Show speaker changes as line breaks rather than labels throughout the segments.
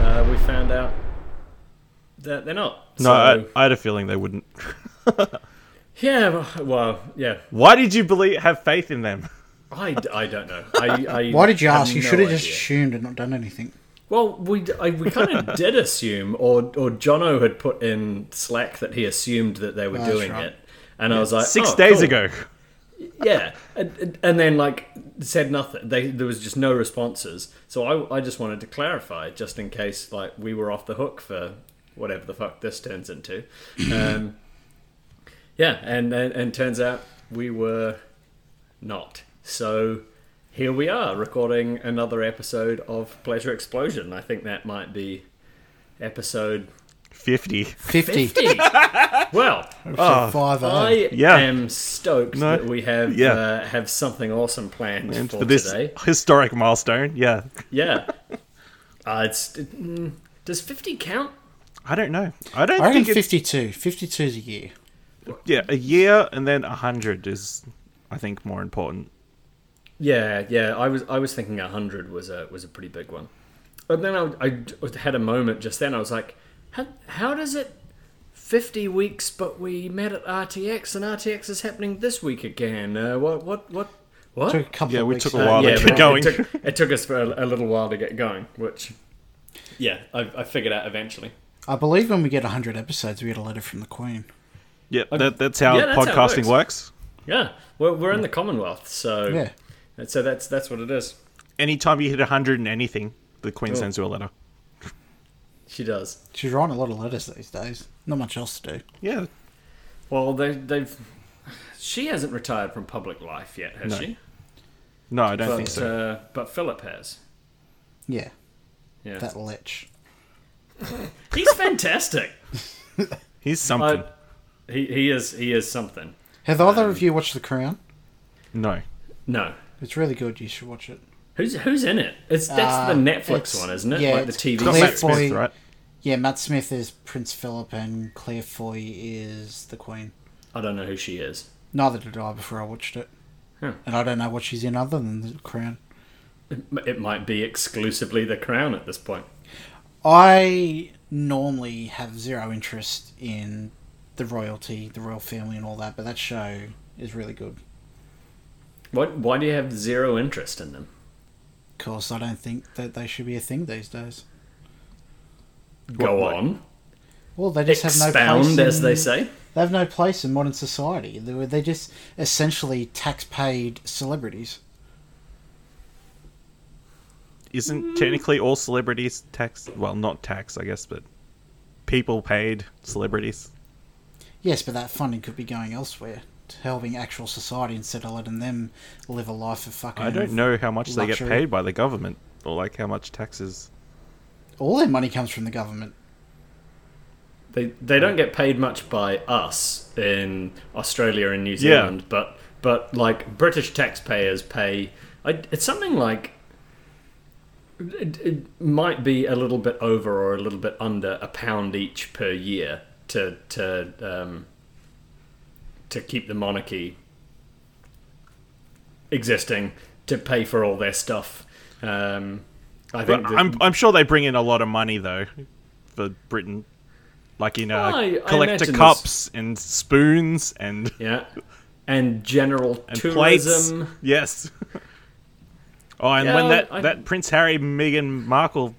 Uh, we found out that they're not.
No, uh, I,
So-
I had a feeling they wouldn't.
yeah, well- well, yeah.
Why did you believe have faith in them?
I, I don't know. I, I
Why did you
have
ask? You
no
should have just
idea.
assumed and not done anything.
Well, we I, we kind of did assume, or or Jono had put in Slack that he assumed that they were
Oh, That's
doing
right.
it, and I was like,
Six
"Oh,
days
cool."
ago.
yeah, and, and then like said nothing. They there was just no responses, so I I just wanted to clarify just in case like we were off the hook for whatever the fuck this turns into. Um, yeah, and, and and turns out we were not. So here we are recording another episode of Pleasure Explosion. I think that might be episode
50.
50.
fifty. well,
So five oh.
I
Yeah.
am stoked
No.
that we have
Yeah.
uh, have something awesome planned
And
for,
for this
today.
historic milestone, yeah.
Yeah. uh, it's it- mm, does fifty count?
I don't know. I don't
I reckon
think it's
52. 52 is a year.
yeah, a year and then a hundred is I think more important.
Yeah, yeah. I was I was thinking hundred was a was a pretty big one, but then I, I had a moment just then. I was like, how how does it? 50 weeks but we met at RTX and RTX is happening this week again. Uh, what what what what?
Took a couple
Yeah,
of
we
weeks
took a
there.
while. Oh, they
yeah,
keep
but it-
going.
It took, it took us for a, a little while to get going, which yeah, I, I figured out eventually.
I believe when we get 100 episodes, we get a letter from the Queen.
Yeah, that, that's how
Yeah, that's how it
podcasting
works.
works.
Yeah, we're, we're in the Commonwealth, so
Yeah.
and so that's that's what it is.
Anytime you hit a hundred and anything, the Queen sends you a letter.
She does.
She's writing a lot of letters these days. Not much else to do.
Yeah.
Well, they, they've. She hasn't retired from public life yet, has
No,
she?
No, I don't
but,
think so.
uh, but Philip has.
Yeah,
Yeah,
that lech.
he's fantastic.
He's something.
I, he he is he is something.
Have either
Um,
of you watched The Crown?
no.
No,
It's really good. You should watch it.
who's who's in it? It's that's
Uh,
the Netflix
it's-
one, isn't it?
yeah,
like the
it's
TV.
Not
Claire
series.
Matt Smith,
Foy-
right?
Yeah, Matt Smith is Prince Philip and Claire Foy is the Queen.
I don't know who she is.
Neither did I before I watched it.
Huh.
And I don't know what she's in other than The Crown.
It might be exclusively The Crown at this point.
I normally have zero interest in the royalty, the royal family, and all that, but that show is really good.
What? Why do you have zero interest in them?
Of course, I don't think that they should be a thing these days.
Go
what?
on.
Well, they just have no
Expound,
place.
as
in-
they say.
They have no place in modern society. They were- They're just essentially tax-paid celebrities.
Isn't technically all celebrities tax well, not tax, I guess, but people paid celebrities.
Yes, but that funding could be going elsewhere to helping actual society instead of letting them live a life of fucking.
I don't know how much they get
luxury.
paid by the government or like how much taxes.
All their money comes from the government.
They they don't get paid much by us in Australia and New
Yeah.
Zealand, but but like British taxpayers pay. I, it's something like it, it might be a little bit over or a little bit under a pound each per year to to um, to keep the monarchy existing to pay for all their stuff. Um, I
But
think that-
I'm I'm sure they bring in a lot of money though for Britain. Like you know,
I- I
collector
imagine this-
cups and spoons and
yeah, and general
and
tourism.
plates. Yes. oh, and
Yeah,
when that,
I-
that Prince Harry Meghan Markle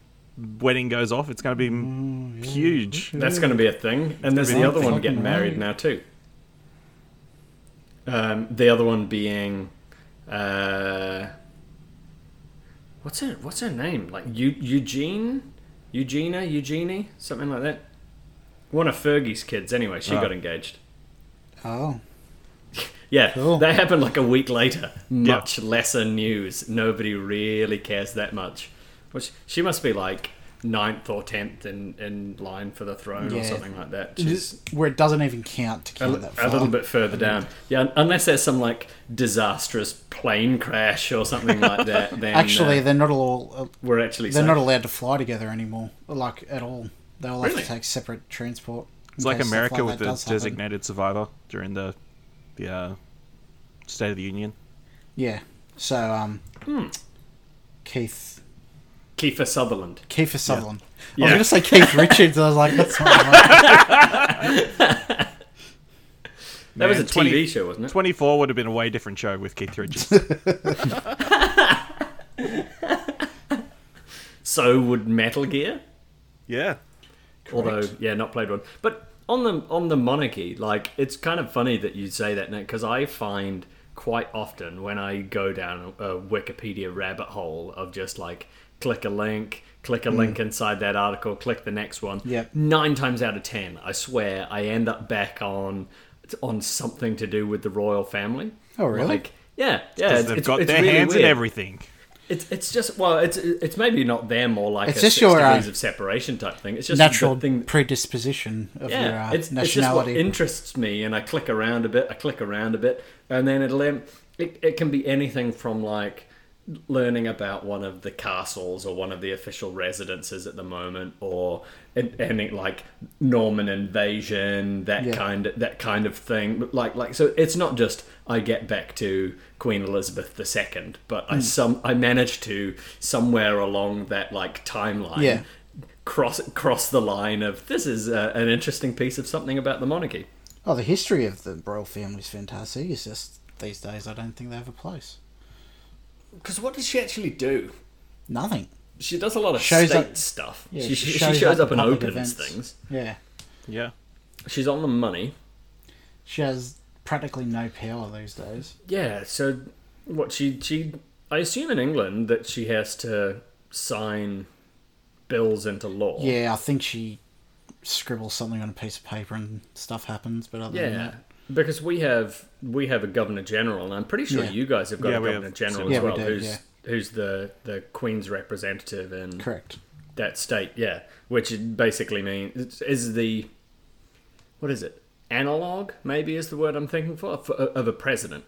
wedding goes off, it's going to be
Mm,
m huge.
That's going to be a thing. And there's the other one
fucking
getting married
right.
now too. Um, the other one being, uh, what's her what's her name? Like Eu- Eugene, Eugenia, Eugenie, something like that. One of Fergie's kids. Anyway, she
Ah.
Oh.
got engaged.
Oh,
Yeah,
Cool.
that happened like a week later. Much lesser news. Nobody really cares that much. Which she must be like ninth or tenth in, in line for the throne
Yeah.
or something like that. She's
where it doesn't even count to
a,
count that far.
a little bit further down. Yeah, un- unless there's some like disastrous plane crash or something like that. Then
Actually,
uh,
they're not all.
we're actually
They're
safe.
not allowed to fly together anymore, like at all. They all
Really?
have to take separate transport.
It's like America with the designated survivor during the the uh, State of the Union.
Hmm.
Yeah. So, um, Keith
Kiefer Sutherland.
Kiefer Sutherland.
Yeah.
I was going to say Keith Richards. I was like, that's not right.
That was a
Man,
TV
20
show, wasn't it?
24 would have been a way different show with Keith Richards.
So would Metal Gear.
yeah.
although yeah not played one but on the on the monarchy like it's kind of funny that you say that because i find quite often when i go down a, a wikipedia rabbit hole of just like click a link click
Hmm.
a link inside that article click the next one
Yep.
nine times out of ten i swear i end up back on on something to do with the royal family
Oh, really?
like, yeah yeah
Because
it's,
they've
it's-
got
it's
their
really
hands
weird.
in everything.
It's it's just well, it's it's maybe not them or like
It's
a
just
six
your, uh,
degrees of separation type thing. It's just
Natural
the thing.
predisposition of your
Yeah,
uh,
it's, it's just what
nationality.
interests me, and I click around a bit. I click around a bit, and then it'll em- it it can be anything from like learning about one of the castles or one of the official residences at the moment, or an- any like Norman invasion that
Yeah.
kind of that kind of thing. Like like so, it's not just I get back to Queen Elizabeth II, but
Hmm.
I some I manage to somewhere along that like timeline
Yeah.
cross cross the line of this is uh, an interesting piece of something about the monarchy.
oh, the history of the royal family is fantastic. It's just these days, I don't think they have a place.
Because what does she actually do?
Nothing.
She does a lot of
Shows
state
up-
stuff.
yeah,
she, she, she
shows
shows, up,
up at
and
public
opens
events.
things.
Yeah.
Yeah.
She's on the money.
She has practically no power these days.
Yeah. So what she she I assume in England that she has to sign bills into law.
Yeah, I think she scribbles something on a piece of paper and stuff happens, but other than
Yeah.
that.
Because we have we have a governor general, and I'm pretty sure
Mm-hmm. Yeah.
you guys have got
Yeah,
a
we have
governor general
similar.
as
Yeah, we
well,
do,
who's
yeah.
who's the the Queen's representative in
Correct.
that state, yeah, which it basically means is the what is it analog? Maybe is the word I'm thinking for, for of a president.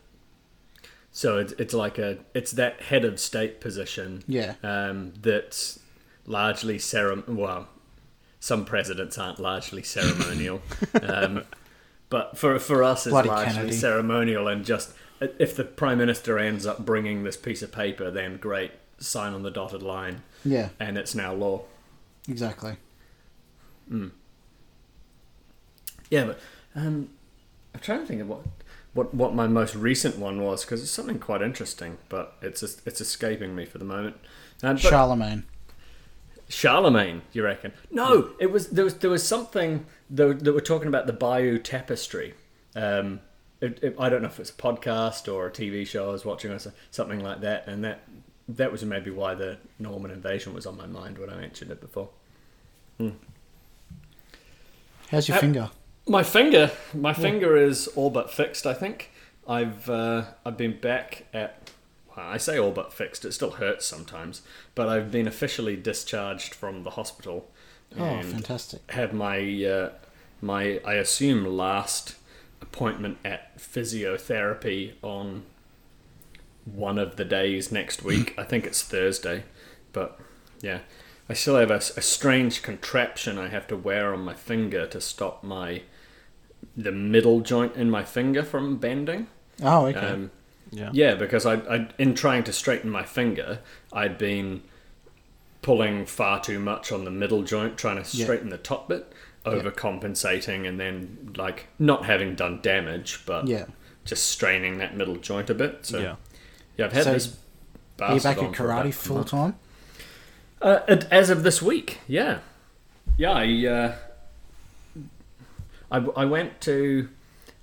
So it's, it's like a it's that head of state position,
Yeah.
um, that's largely ceremonial. Well, some presidents aren't largely ceremonial, um, but for for us, it's
Bloody
largely
Kennedy.
ceremonial and just if the prime minister ends up bringing this piece of paper, then great, sign on the dotted line,
Yeah,
and it's now law.
exactly.
Yeah, but um, I'm trying to think of what what what my most recent one was because it's something quite interesting, but it's just, it's escaping me for the moment. Um, but
Charlemagne.
Charlemagne, you reckon? No, it was there was there was something that, that we're talking about the Bayou Tapestry. Um, it, it, I don't know if it's a podcast or a TV show I was watching or so- something like that, and that that was maybe why the Norman invasion was on my mind when I mentioned it before.
How's your
Uh,
finger?
My finger, my finger is all but fixed. I think I've uh, I've been back at. Well, I say all but fixed. It still hurts sometimes, but I've been officially discharged from the hospital
Oh,
and
fantastic.
have my uh, my I assume last appointment at physiotherapy on one of the days next week. I think it's Thursday, but yeah, I still have a, s- a strange contraption I have to wear on my finger to stop my the middle joint in my finger from bending.
Oh, okay.
Um,
Yeah.
yeah, because I, I, in trying to straighten my finger, I'd been pulling far too much on the middle joint, trying to
Yeah.
straighten the top bit, overcompensating, and then like not having done damage, but
Yeah.
just straining that middle joint a bit. So
Yeah.
yeah, I've had
So,
this.
Are you
bastard
back at
on for about a
karate full
month.
time?
Uh, and as of this week, yeah, yeah. I uh, I, I went to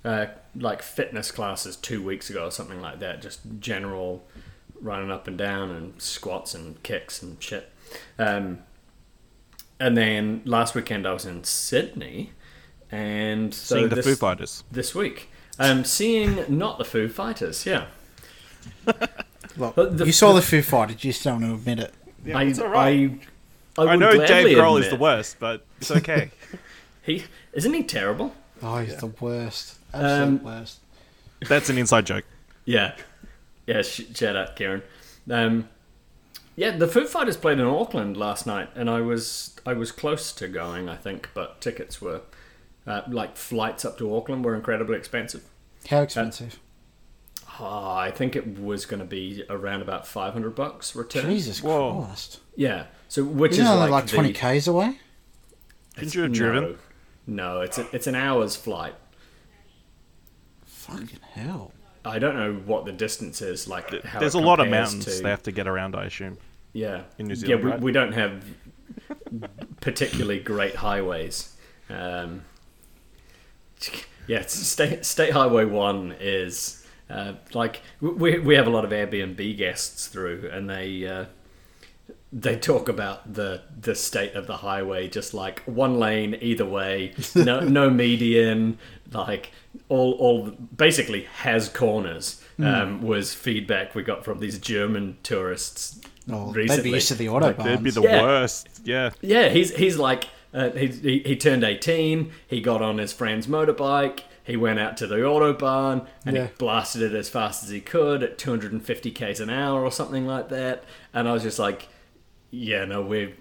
uh, like fitness classes two weeks ago or something like that. Just general running up and down and squats and kicks and shit. Um, and then last weekend I was in Sydney, and so
Seeing the
this,
Foo Fighters.
this week. Um, seeing not the Foo Fighters, yeah.
Look,
But the-
you saw the Foo Fighters, you just don't want to admit it.
Yeah,
I,
it's all right.
I, I,
I
would
know
gladly
Dave Grohl is
admit-
the worst, but it's okay.
He isn't he terrible?
Oh, he's the worst. Absolute
Um,
worst.
That's an inside joke.
Yeah. Yeah, sh- shout out, Karen. Um, yeah, the Foo Fighters played in Auckland last night, and I was I was close to going, I think, but tickets were uh, like flights up to Auckland were incredibly expensive.
How expensive?
Ah, I think it was going to be around about 500 bucks return.
Jesus
Whoa.
Christ!
Yeah. So which
Isn't
is
that
like,
like,
the-
twenty k's away?
Couldn't you have driven?
No, no, it's a, it's an hour's flight.
Fucking hell!
I don't know what the distance is. Like how
There's
it
a lot of
compares
mountains
to-
they have to get around, I assume.
yeah.
in New Zealand,
yeah, we,
right?
we don't have particularly great highways. Um, yeah, it's state state highway one is uh, like we we have a lot of Airbnb guests through, and they. Uh, they talk about the the state of the highway just like one lane either way no no median like all all basically has corners
Hmm.
um, was feedback we got from these german tourists
Oh, they'd be
recently
used to the
Like
autobahn.
they'd be the
Yeah.
worst. Yeah.
yeah, he's he's like uh, he, he he turned eighteen. He got on his friend's motorbike. He went out to the autobahn and
Yeah.
he blasted it as fast as he could at 250 k's an hour or something like that. And I was just like, yeah, no, we're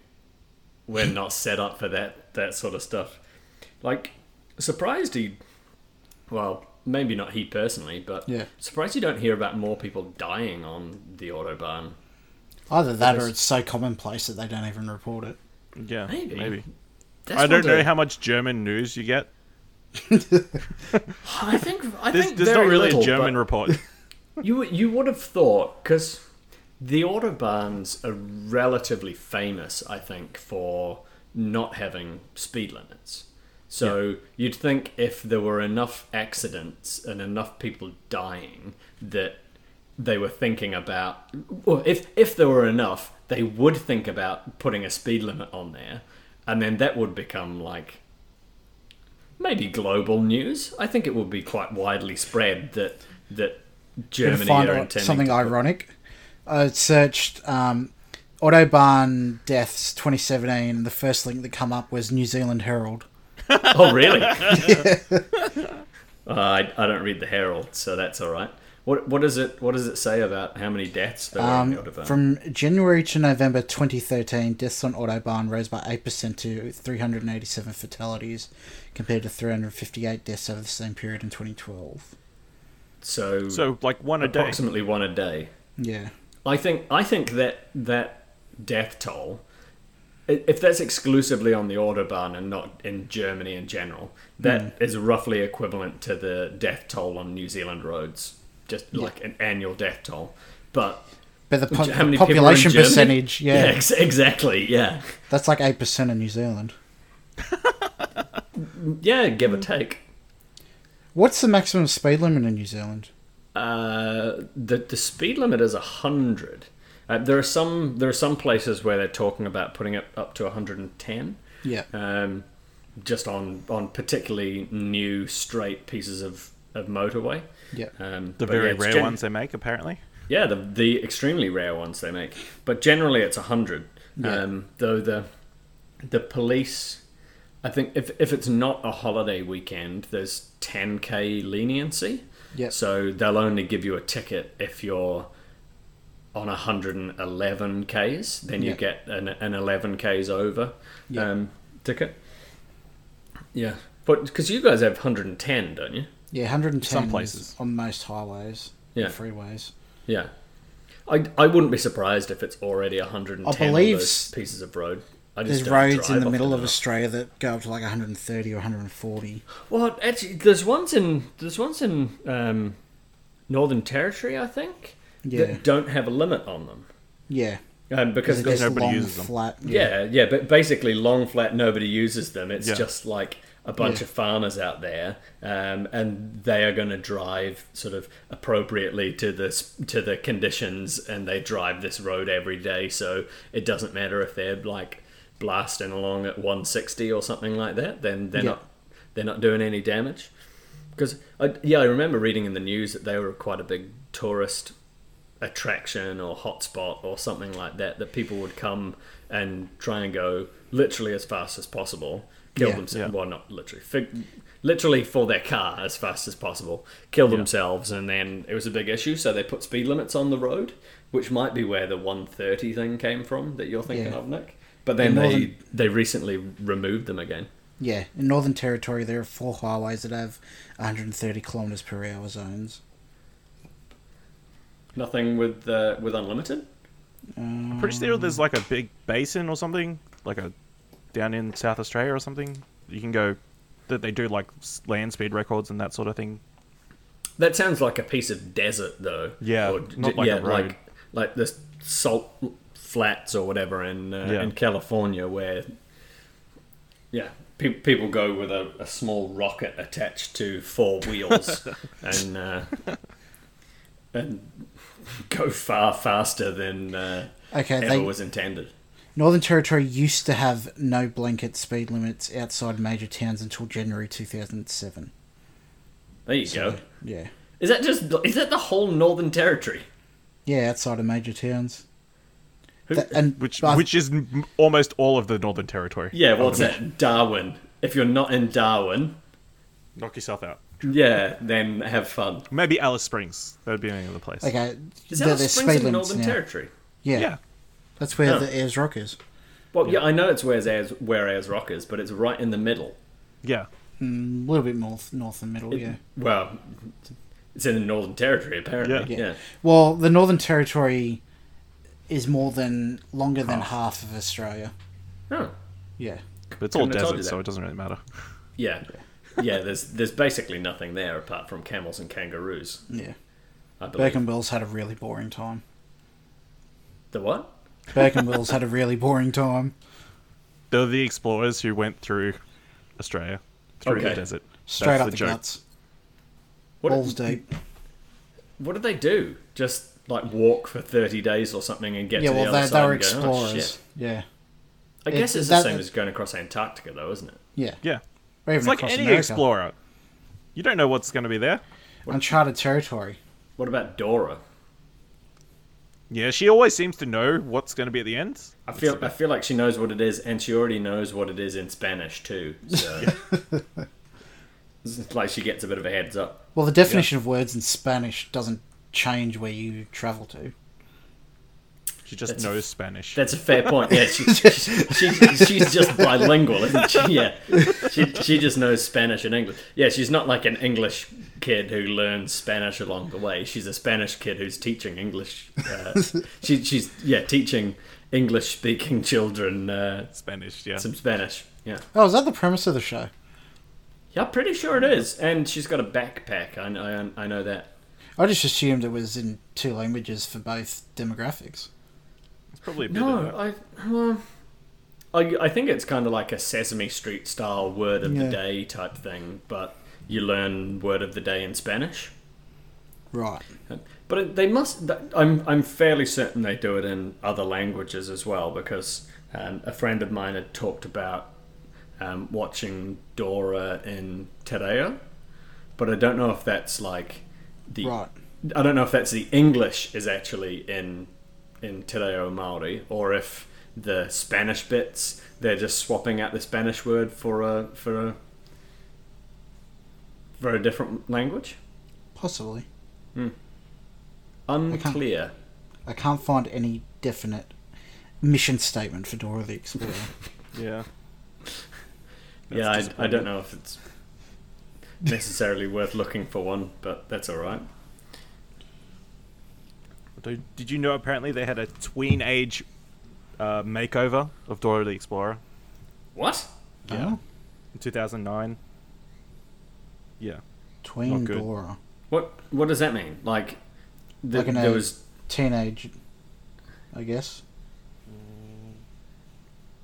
we're not set up for that that sort of stuff. Like, surprised he, well, maybe not he personally, but
Yeah.
surprised you don't hear about more people dying on the autobahn.
Either that, or it's so commonplace that they don't even report it.
Yeah.
Maybe.
Maybe.
That's one
I
of
don't know
the-
how much German news you get.
I think I
There's,
think
there's not
very
really
little,
a German
but-
report.
You you would have thought because the autobahns are relatively famous, I think, for not having speed limits. So you'd think if there were enough accidents and enough people dying that they were thinking about, or if if there were enough, they would think about putting a speed limit on there, and then that would become like maybe global news. I think it would be quite widely spread that that
to
Germany
find
are
out
intending
something
to put-
ironic. I searched um, autobahn deaths 2017, and the first link that come up was New Zealand Herald.
Oh, really? Uh, I, I don't read the Herald, so that's all right. What what does it what does it say about how many deaths there were on the
Um,
Autobahn?
from January to November 2013, deaths on autobahn rose by 8% to 387 fatalities, compared to 358 deaths over the same period in 2012.
so,
so like one a day.
approximately one a day.
Yeah.
I think I think that that death toll, i- if that's exclusively on the autobahn and not in Germany in general, that
Hmm.
is roughly equivalent to the death toll on New Zealand roads, just like an annual death toll. But
But the, po-
how
the
many people are in
population
Germany?
percentage, yeah,
ex- exactly, yeah,
that's like 8% in New Zealand.
yeah, give
Mm.
or take.
What's the maximum speed limit in New Zealand?
Uh, the the speed limit is hundred. Uh, there are some there are some places where they're talking about putting it up to hundred and ten.
Yeah.
um, just on on particularly new straight pieces of, of motorway.
Yeah.
Um,
The
but
very
yeah, it's
rare
gen-
ones they make, apparently.
Yeah, the the extremely rare ones they make, but generally it's hundred.
Yeah.
Um, though the the police, I think if if it's not a holiday weekend, there's ten k leniency.
Yeah.
So they'll only give you a ticket if you're on 111 Ks. Then you
Yeah.
get an, an 11 Ks over
Yeah.
um, ticket. Yeah. But because you guys have 110, don't you?
Yeah, 110
Some places.
on most highways,
Yeah.
freeways.
Yeah. I, I wouldn't be surprised if it's already 110
I believe
on those
s-
pieces of road. I just
There's
don't
roads
drive
in the
often
middle of
enough.
Australia that go up to like 130 or 140.
Well, actually, there's ones in there's ones in um, Northern Territory, I think,
Yeah.
that don't have a limit on them
Yeah,
um, because
they're
there's
just
nobody
long,
uses them.
flat.
Yeah, yeah, but basically, long flat, nobody uses them. It's
Yeah.
just like a bunch
Yeah.
of farmers out there, um, and they are going to drive sort of appropriately to this to the conditions, and they drive this road every day, so it doesn't matter if they're like blasting along at 160 or something like that. Then they're
Yeah.
not they're not doing any damage. Because I, yeah, I remember reading in the news that they were quite a big tourist attraction or hotspot or something like that that people would come and try and go literally as fast as possible, kill
Yeah.
themselves.
Yeah.
Well, not literally, fig- literally for their car as fast as possible, kill themselves, and then it was a big issue. So they put speed limits on the road, which might be where the 130 thing came from that you're thinking
Yeah.
of, Nick. But then
In
they
Northern-
they recently removed them again.
Yeah, in Northern Territory, there are four highways that have 130 kilometers per hour zones.
Nothing with uh, with unlimited.
Um,
Pretty sure there's like a big basin or something, like a down in South Australia or something. You can go that they do like s- land speed records and that sort of thing.
That sounds like a piece of desert, though.
Yeah, not like a road.
like like the salt flats or whatever in uh,
Yeah.
in California, where yeah, pe- people go with a, a small rocket attached to four wheels and uh, and go far faster than uh,
Okay,
ever
they-
was intended.
Northern Territory used to have no blanket speed limits outside major towns until January 2007.
There you go.
Yeah.
Is that just is that the whole Northern Territory?
Yeah, outside of major towns.
Who-
Th- and
Which
but I-
which is m- almost all of the Northern Territory.
Yeah, what's that? Darwin. If you're not in Darwin,
Knock yourself out.
yeah, then have fun.
Maybe Alice Springs. That would be another place.
okay,
Is
there-
Alice
there's
Springs
speed
in
limits
Northern
now.
Territory?
Yeah,
Yeah.
that's where
Oh.
the Ayers Rock is.
Well, yeah, I know it's where Ayers, where Ayers Rock is, but it's right in the middle.
Yeah.
Mm, a little bit north, north and middle. yeah.
Well, it's in the Northern Territory, apparently.
Yeah.
Yeah.
Yeah. Well, the Northern Territory is more than longer than half of Australia.
Oh,
Yeah.
But it's all
Couldn't have told
desert,
you
so
that.
it doesn't really matter.
yeah. Yeah, there's there's basically nothing there apart from camels and kangaroos.
Yeah.
I believe.
Burke and Wills had a really boring time.
The what?
Burke and Wills had a really boring time.
They're the explorers who went through Australia, through the
Okay.
desert.
Straight
That's
up the,
joke.
guts.
What
Balls deep.
what did they do? Just like walk for thirty days or something and get
Yeah,
to the
well,
other
they,
side
they were
and go, "Oh, shit."
explorers. yeah.
I guess
It-
it's the
that-
same as going across Antarctica, though, isn't it?
Yeah.
Yeah.
Or even
It's like
across
any
America.
explorer. You don't know what's going to be there.
Uncharted territory.
What about Dora?
Yeah, she always seems to know what's going to be at the end.
I feel I feel like she knows what it is, and she already knows what it is in Spanish too. So it's like she gets a bit of a heads up.
Well, the definition of words in Spanish doesn't change where you travel to.
She just
That's-
knows Spanish.
That's a fair point. Yeah, she, she, she- she's just bilingual, isn't she? Yeah, she she just knows Spanish and English. Yeah, she's not like an English kid who learns Spanish along the way. She's a Spanish kid who's teaching English. Uh, she, she's yeah teaching English speaking children uh,
Spanish, yeah.
some Spanish. Yeah.
Oh, is that the premise of the show?
Yeah, I'm pretty sure it is. And she's got a backpack. I know, I, I know that.
I just assumed it was in two languages for both demographics.
It's probably a bit of
No,
a-
I, well, uh, I, I think it's kind of like a Sesame Street style word of
Yeah.
the day type thing, but you learn word of the day in Spanish.
Right.
But it, they must. th- I'm I'm fairly certain they do it in other languages as well because um, a friend of mine had talked about um, watching Dora in Tereo, but I don't know if that's like the
Right.
I don't know if that's the English is actually in in Te Reo Maori or if the Spanish bits they're just swapping out the Spanish word for a for a for a different language.
Possibly.
Unclear.
I can't find any definite mission statement for Dora the Explorer.
Yeah.
Yeah,
That's
I, I don't know if it's necessarily worth looking for one, but that's all right.
Do- Did you know apparently they had a tween age uh, makeover of Dora the Explorer
What?
Oh,
in 2009? Yeah.
tween
Not good.
Dora.
What what does that mean? Like, th-
Like an
there
egg.
was
Teenage, I guess.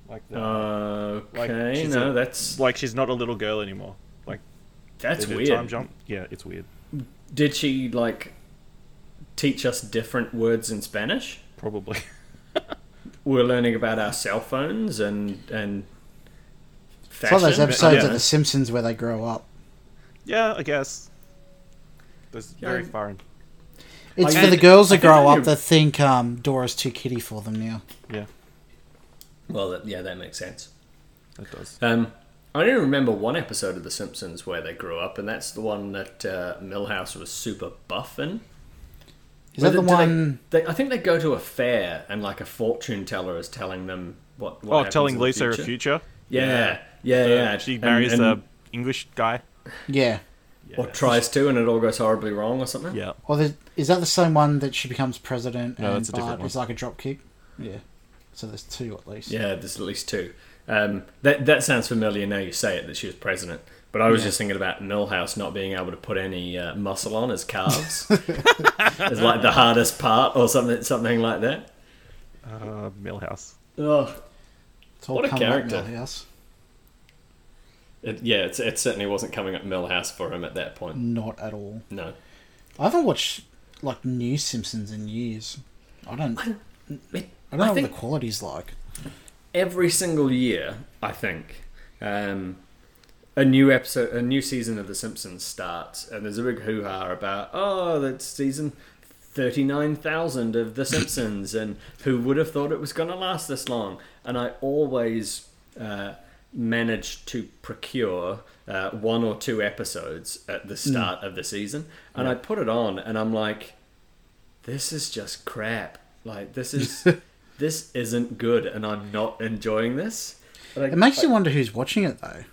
Like that.
Uh, okay.
she's
no,
a-
that's
like she's not a little girl anymore. Like
that's
they did
weird.
a time jump. Yeah, it's weird.
Did she like teach us different words in Spanish?
Probably.
We We're learning about our cell phones and and
It's
fashion.
like those episodes
yeah.
of The Simpsons where they grow up.
yeah, I guess. That's
Yeah,
very
I-
foreign.
It's
Like-
for the girls that
I think
grow
I
up
knew-
that think um, Dora's too kitty for them now.
Yeah,
Well, that, yeah, that makes sense.
that does.
Um, I only remember one episode of The Simpsons where they grew up, and that's the one that uh, Millhouse was super buff in.
Is that the
Whether- do they-
one?
They, I think they go to a fair, and like a fortune teller is telling them what. what
Oh,
happens
telling
in the
Lisa
future.
her future. Uh,
Yeah, yeah, yeah.
She
And-
marries
and-
the English guy.
Yeah.
yeah.
or tries to, and it all goes horribly wrong or something.
yeah.
Or the, is that the same one that she becomes president
No,
and
that's a different
Bart
one.
is like a dropkick? Yeah. So there's two at least.
Yeah, there's at least two. Um, that that sounds familiar now you say it that she was president. But I was
Yeah.
just thinking about Millhouse not being able to put any uh, muscle on his calves. it's like the hardest part, or something, something like that.
Uh, Millhouse.
Oh,
It's all
What a
come up
character.
Milhouse.
it, yeah, it's, it certainly wasn't coming up Millhouse for him at that point.
Not at all.
No,
I haven't watched like new Simpsons in years. I don't. I
it-
don't
I
know
think-
what the quality's like.
every single year, I think, um, a new episode, a new season of The Simpsons starts, and there's a big hoo ha about, oh, that's season thirty-nine thousand of The Simpsons, and who would have thought it was going to last this long? And I always uh, manage to procure uh, one or two episodes at the start of the season, and I put it on, and I'm like this is just crap. Like this is this isn't good, and I'm not enjoying this. Like,
It makes you wonder who's watching it though.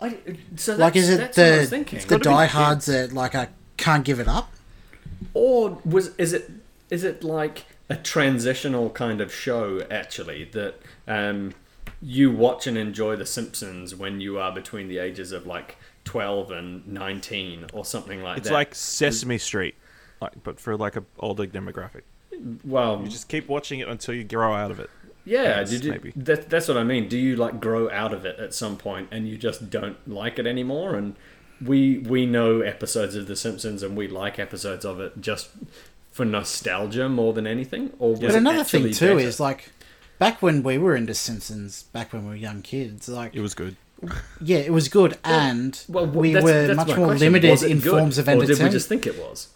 I, so that's,
Like, is it
that's what I was
the
thinking.
the diehards that like I can't give it up?
or was is it is it like a transitional kind of show actually that um, you watch and enjoy The Simpsons when you are between the ages of like twelve and nineteen or something like
It's
that?
like Sesame Street, like but for like a older demographic.
well,
You just keep watching it until you grow out of it.
Yeah,
Yes,
did you,
maybe.
That, that's what I mean. Do you like grow out of it at some point and you just don't like it anymore? And we we know episodes of The Simpsons and we like episodes of it just for nostalgia more than anything. Or was
But
it
another thing
actually
too
better?
is like back when we were into Simpsons, back when we were young kids, like
It was good.
yeah, it was good, and
well, wh-
we
that's-
were
that's
much
my
more
question.
limited
Was it
in
good,
forms of
Or
entertainment.
did we just think it was?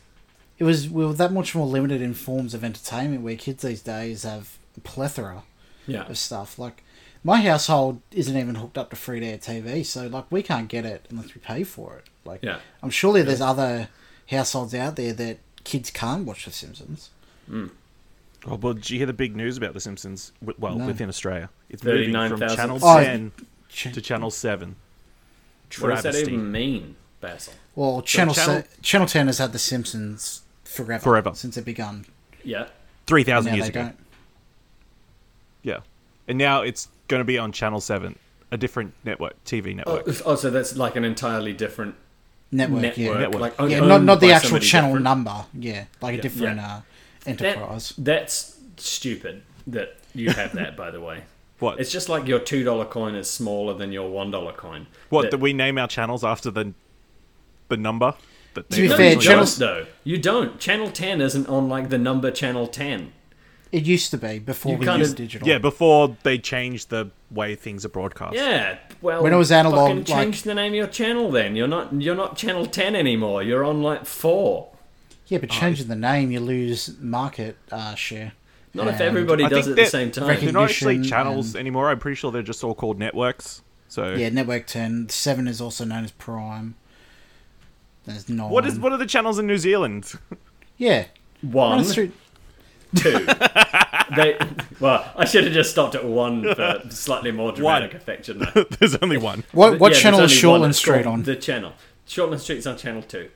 It was we were that much more limited in forms of entertainment where kids these days have a plethora
Yeah,
of stuff. Like my household isn't even hooked up to free to air TV, so like we can't get it unless we pay for it. Like
yeah.
I'm surely there's other households out there that kids can't watch The Simpsons.
Oh, but did you hear the big news about The Simpsons? W- Well,
No.
within Australia, it's moving from
39,000.
Channel
Oh,
Ten
Ch-
to Channel Seven.
What does that
Travesty.
even mean, Basil?
well, Channel
Channel-
Channel, Channel Ten has had The Simpsons forever,
Forever.
since it begun.
Yeah,
Three
And
thousand
now
years
they
ago.
don't.
Yeah, and now it's going to be on Channel Seven, a different network, TV
Oh,
network.
oh, so that's like an entirely different
Network,
network.
yeah,
Network.
Like,
yeah,
owned
not not the
by
actual
somebody
channel
different.
number, yeah, like a different
yeah.
Uh,
That-
enterprise.
that's stupid that you have that, by the way.
What?
It's just like your two dollar coin is smaller than your one dollar coin.
what?
That-
That we name our channels after the the number. That
To
they
be
no,
originally
fair,
you
got?
channels-
don't, though. You don't. Channel ten isn't on like the number channel ten.
it used to be before
You
we
can't-
used digital.
Yeah, before they changed the way things are broadcast.
Yeah. Well,
When it was analog,
fucking
like-
change the name of your channel. Then you're not you're not channel ten anymore. You're on like four.
yeah,
Uh,
but changing the name, you lose market uh, share.
Not if
And-
everybody
I
does it
think
at the
that-
same time.
They're not actually
Ignition
channels
and-
anymore. I'm pretty sure they're just all called networks. So
Yeah, Network Ten. Seven is also known as Prime. There's nine.
what is what are the channels in New Zealand?
Yeah,
One,
Run us through-
two. they, well, I should have just stopped at one for slightly more dramatic
One.
effect, shouldn't I?
There's only one.
Oh, What
Th-
what
yeah,
channel is
there's only one.
Shortland
It's
Street
called
on?
The channel. Shortland Street's on channel two.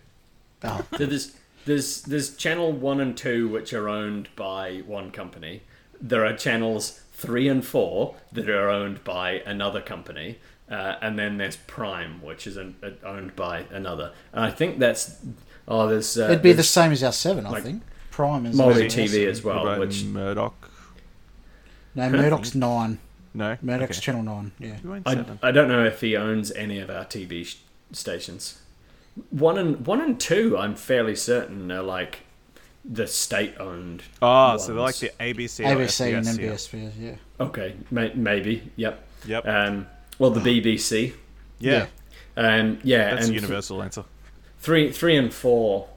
Oh.
So there's there's there's channel one and two which are owned by one company. There are channels three and four that are owned by another company, uh, and then there's Prime, which is an, uh, owned by another. And I think that's oh, there's uh,
It'd be the
there's
same as our seven, I
like,
think. Prime is
Multi
also-
TV as well,
Right,
which
Murdoch?
No, Murdoch's nine.
No,
Murdoch's
Okay.
Channel Nine. Yeah.
Who owns
I,
seven?
I don't know if he owns any of our TV sh- stations. One and one and two, I'm fairly certain are like the state-owned.
Ah, so they're like
ones.
the ABC, or
ABC and
SBS, yeah.
NBS. Yeah. yeah.
Okay, may, maybe. Yep.
Yep.
Um, well, the BBC.
yeah,
yeah.
Um, yeah,
that's a
and
universal answer.
three, three, and four.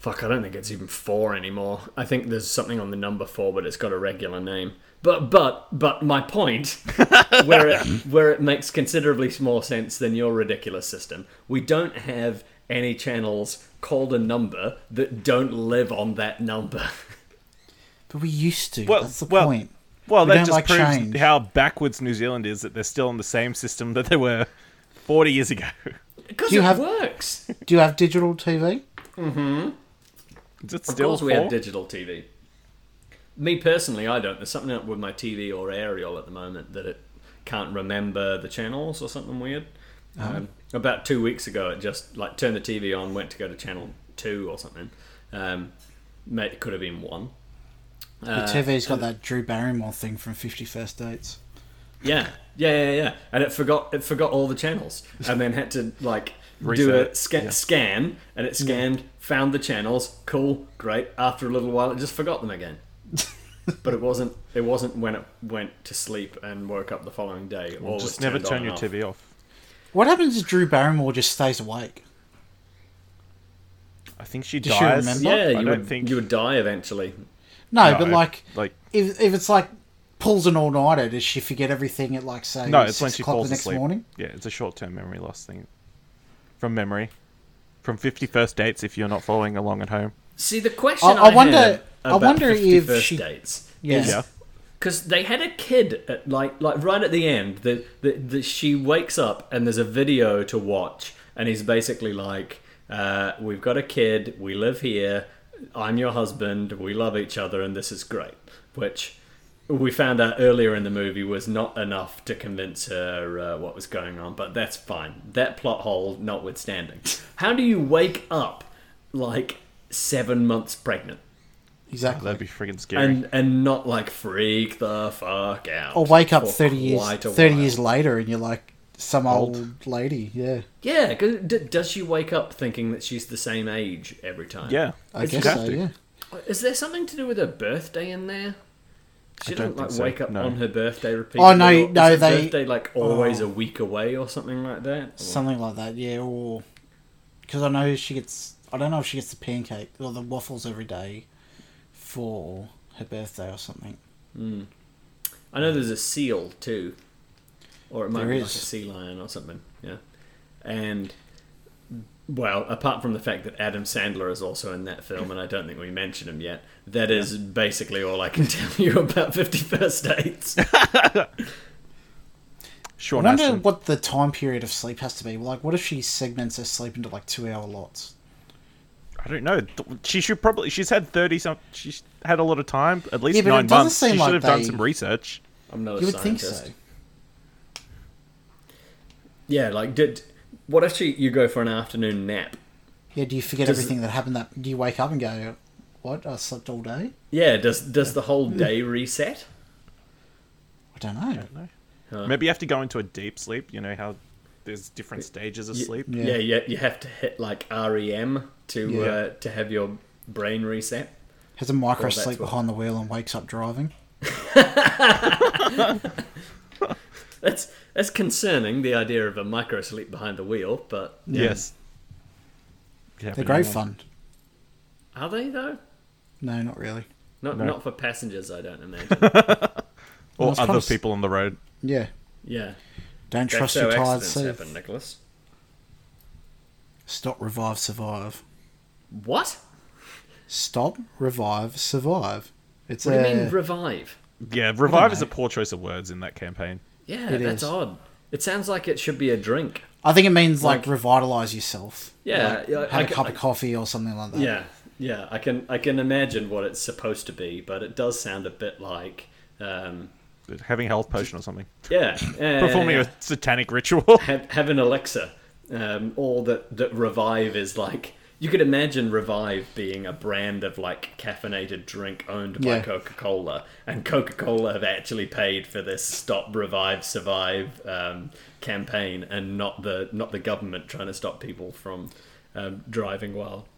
Fuck, I don't think it's even four anymore. I think there's something on the number four, but it's got a regular name. But but but my point, where it where it makes considerably more sense than your ridiculous system, we don't have any channels called a number that don't live on that number.
But we used to.
Well-
That's the
well-
point.
Well,
We
that
don't
just
like
proves
change.
how backwards New Zealand is that they're still in the same system that they were 40 years ago.
Because
Do you
it
have-
works.
Do you have digital TV?
Is it
Of
still
course, we have
four?
digital TV. Me personally, I don't. There's something up with my TV or aerial at the moment that it can't remember the channels or something weird.
Uh-huh.
Um, about two weeks ago, it just like turned the TV on, went to go to channel two or something. Um, may- it could have been one.
Your TV's got that Drew Barrymore thing from Fifty First Dates.
Yeah, yeah, yeah, yeah. And it forgot it forgot all the channels, and then had to like do a
Reset,
sca-
yeah.
scan, and it scanned, found the channels. Cool, great. After a little while, it just forgot them again. but it wasn't it wasn't when it went to sleep and woke up the following day. Or was
Just never
turned on
turn
and
your
off.
TV off.
What happens if Drew Barrymore just stays awake?
I think she
Does she
dies.
remember?
Yeah,
I
you
don't
would
think
you would die eventually.
No,
No,
but like,
like
if if it's like pulls an all nighter, does she forget everything at like say
no,
six
it's when she
o'clock
falls
the next
asleep.
morning?
Yeah, it's a short-term memory loss thing. From memory, from fifty-first dates. If you're not following along at home,
See, the question
I-
I,
I wonder-
had
I
about
wonder if
51st
she-
dates
Yeah.
is-
yeah,
because they had a kid at like like right at the end that that that she wakes up and there's a video to watch and he's basically like uh, we've got a kid we live here i'm your husband we love each other and this is great which we found out earlier in the movie was not enough to convince her uh, what was going on but that's fine that plot hole notwithstanding how do you wake up like seven months pregnant
Exactly.
that'd be freaking scary.
and and not like freak the fuck out
or wake up
for
thirty years
quite a
thirty
while.
years later, and you're like some old,
Old.
lady. Yeah,
yeah 'cause d- does she wake up thinking that she's the same age every time
yeah,
I
It's
guess
just-
so.
to.
Yeah.
is there something to do with her birthday in there she
I
doesn't
don't
like
think so,
wake up
no.
on her birthday repeatedly.
Oh, no,
or is
no,
her
they-
birthday like always
Oh.
a week away or something like that.
something like that. Yeah, or because I know she gets. I don't know if she gets the pancake or the waffles every day for her birthday or something.
I know there's a seal too, or it might
There
be like a
is.
sea lion or something. Yeah, and well, apart from the fact that Adam Sandler is also in that film, and I don't think we mentioned him yet, that is basically all I can tell you about Fifty First Dates.
Sean
I wonder
Astin.
what the time period of sleep has to be. Like, what if she segments her sleep into like two hour lots?
I don't know. Th- She should probably. She's had thirty some. She's had a lot of time. At least
Yeah, but it
nine
doesn't
months.
seem
she
like
should have done
they-
some research.
I'm not a
you would think
scientist.
so.
Yeah, like did what if she, you go for an afternoon nap?
Yeah. Do you forget
Does-
everything that happened? That do you wake up and go, "What? I slept all day."
Yeah, does does the whole day reset?
I don't know.
No.
Huh.
Maybe you have to go into a deep sleep. You know how there's different stages of
Y-
sleep.
yeah.
Yeah, yeah, you have to hit like REM to uh, to have your brain reset.
Has a micro
Well, that's
sleep
what-
behind the wheel and wakes up driving.
That's that's concerning. The idea of a micro sleep behind the wheel, but
Yes.
They're great fun.
are they though?
No, not really.
Not
No.
not for passengers, I don't imagine.
Or
Well, it's
other
kinda s-
people on the road.
Yeah.
yeah,
Don't
that's
trust
how
your tired
accidents
sleep.
happen, Nicholas.
Stop, revive, survive.
What?
Stop, revive, survive. It's
What do
a-
you mean revive?
Yeah, revive is
know.
a poor choice of words in that campaign.
Yeah,
It
that's
is.
odd. It sounds like it should be a drink.
I think it means like,
Like-
revitalize yourself.
Yeah,
Like,
yeah, I-
have a
I-
cup
I-
of coffee or something like that.
Yeah, yeah. I can I can imagine what it's supposed to be, but it does sound a bit like. Um,
But Having a health potion or something.
yeah, eh, yeah,
Performing
yeah.
a satanic ritual.
have, have an Alexa, um, or that, that Revive is like. You could imagine Revive being a brand of like caffeinated drink owned by
Yeah.
Coca Cola, and Coca Cola have actually paid for this "Stop Revive Survive" um, campaign, and not the not the government trying to stop people from um, driving while.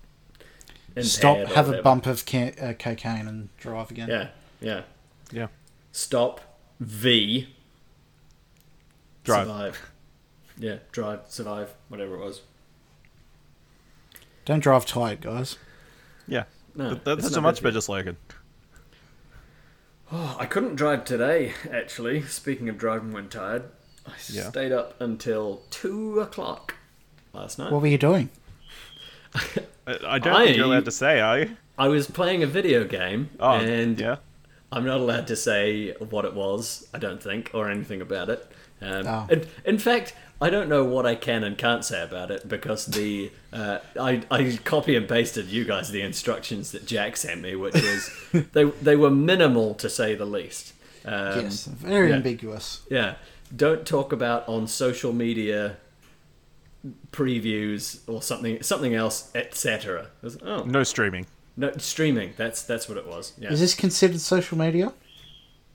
Stop,
impaired or
have a
whatever.
bump of ca- uh, cocaine and drive again.
Yeah, yeah.
yeah.
Stop. V.
Drive.
Survive. Yeah, drive, survive, whatever it was.
Don't drive tired, guys.
Yeah.
No,
Th- that-
it's
that's
not
a much
good.
better slogan.
Oh, I couldn't drive today, actually. Speaking of driving when tired, I
Yeah.
stayed up until two o'clock last night.
What were you doing?
I, I don't think you're
I-
allowed to say, are you?
I was playing a video game,
Oh,
and
yeah.
I'm not allowed to say what it was, I don't think, or anything about it. Um,
Oh.
in, in fact, I don't know what I can and can't say about it because the uh, I, I copy and pasted you guys the instructions that Jack sent me, which was they they were minimal to say the least. Um,
yes, very
yeah.
ambiguous.
Yeah, don't talk about on social media previews or something something else, etc. It was- Oh
No streaming.
no, streaming. That's that's what it was. Yeah.
Is this considered social media?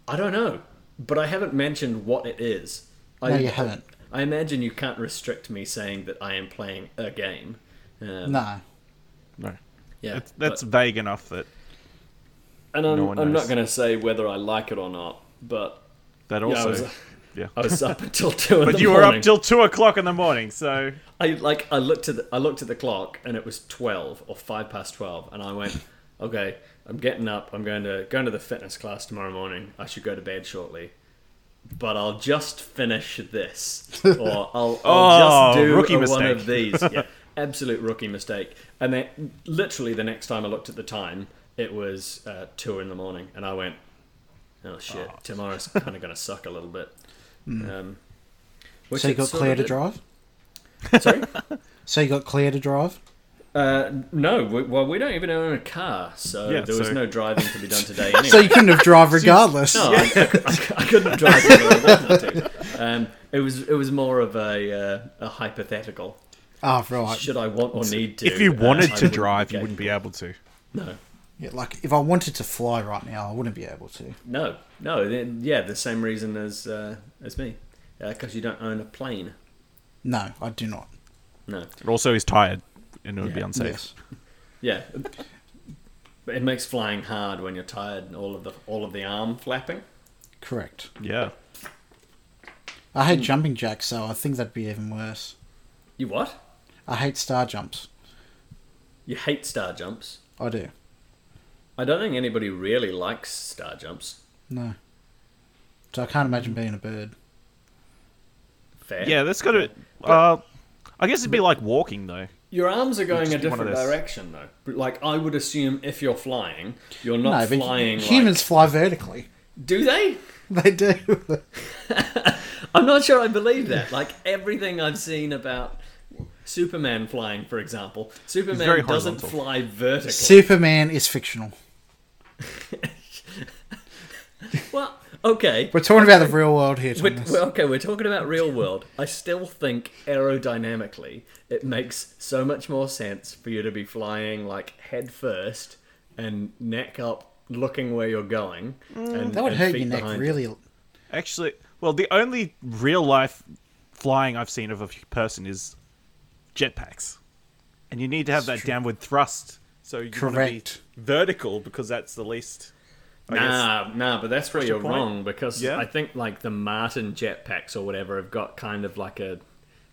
I don't know, but I haven't mentioned what it is.
No,
I,
you haven't.
I imagine you can't restrict me saying that I am playing a game. Um,
No.
No.
yeah,
It's- that's
but-
vague enough that
and I'm,
no one
I'm not
knows.
going to say whether I like it or not, but
that
yeah, I
also.
was, uh,
yeah.
I was up until two. in
But
the
you were
morning.
up till two o'clock in the morning, so
I like I looked at the, I looked at the clock and it was twelve or five past twelve, and I went, okay, I'm getting up. I'm going to going to the fitness class tomorrow morning. I should go to bed shortly, but I'll just finish this, or I'll, I'll
Oh,
just do
rookie
a one
mistake.
of these. Yeah, absolute rookie mistake. And then literally the next time I looked at the time, it was uh, two in the morning, and I went, oh shit, tomorrow's kind of going to suck a little bit.
Hmm.
Um, which
So you
it
got
sorta
clear to
did.
drive?
Sorry.
So you got clear to drive?
Uh, no, we, well, we don't even own a car, so
Yeah,
there was
so-
no driving to be done today. Anyway.
So you couldn't have drive regardless.
no, I, I, I couldn't drive if I wanted to. Um, it was it was more of a uh, a hypothetical.
Ah, right.
Should I want or need to?
Uh, if you
uh,
wanted
I
to drive, you
okay.
wouldn't be able to.
No,
Yeah, like if I wanted to fly right now, I wouldn't be able to.
no, no. then- Yeah, the same reason as uh, as me, because you don't own a plane.
No, I do not.
No.
Also, he's tired, and it would be
Yeah.
unsafe.
Yes.
Yeah. But it makes flying hard when you're tired and all of the all of the arm flapping.
Correct.
Yeah.
I hate jumping jacks, so I think that'd be even worse.
You what?
I hate star jumps.
You hate star jumps.
I do.
I don't think anybody really likes star jumps.
No. So I can't imagine being a bird.
Fair.
Yeah, that's got to. Uh, I guess it'd be like walking though.
Your arms are going a
Just one of
different
those-
direction, though. But, Like, I would assume if you're flying, you're not
no, but
flying.
humans fly vertically.
like- do they?
They do.
I'm not sure I believe that. Like everything I've seen about Superman flying, for example,
very
Superman doesn't
horizontal.
fly vertically.
Superman is fictional.
well, okay.
We're talking about the real world here,
We're,
Thomas.
we're- okay, we're talking about real world. I still think aerodynamically, it makes so much more sense for you to be flying like head first and neck up, looking where you're going. and,
Mm. that would
and
hurt
feet
your neck
behind
really.
Actually, well, the only real life flying I've seen of a person is jetpacks, and you need to have that downward thrust. So you
Correct.
want to be vertical because that's the least. I guess.
Nah, nah, but that's where you're
point.
wrong because
Yeah.
I think like the Martin jetpacks or whatever have got kind of like a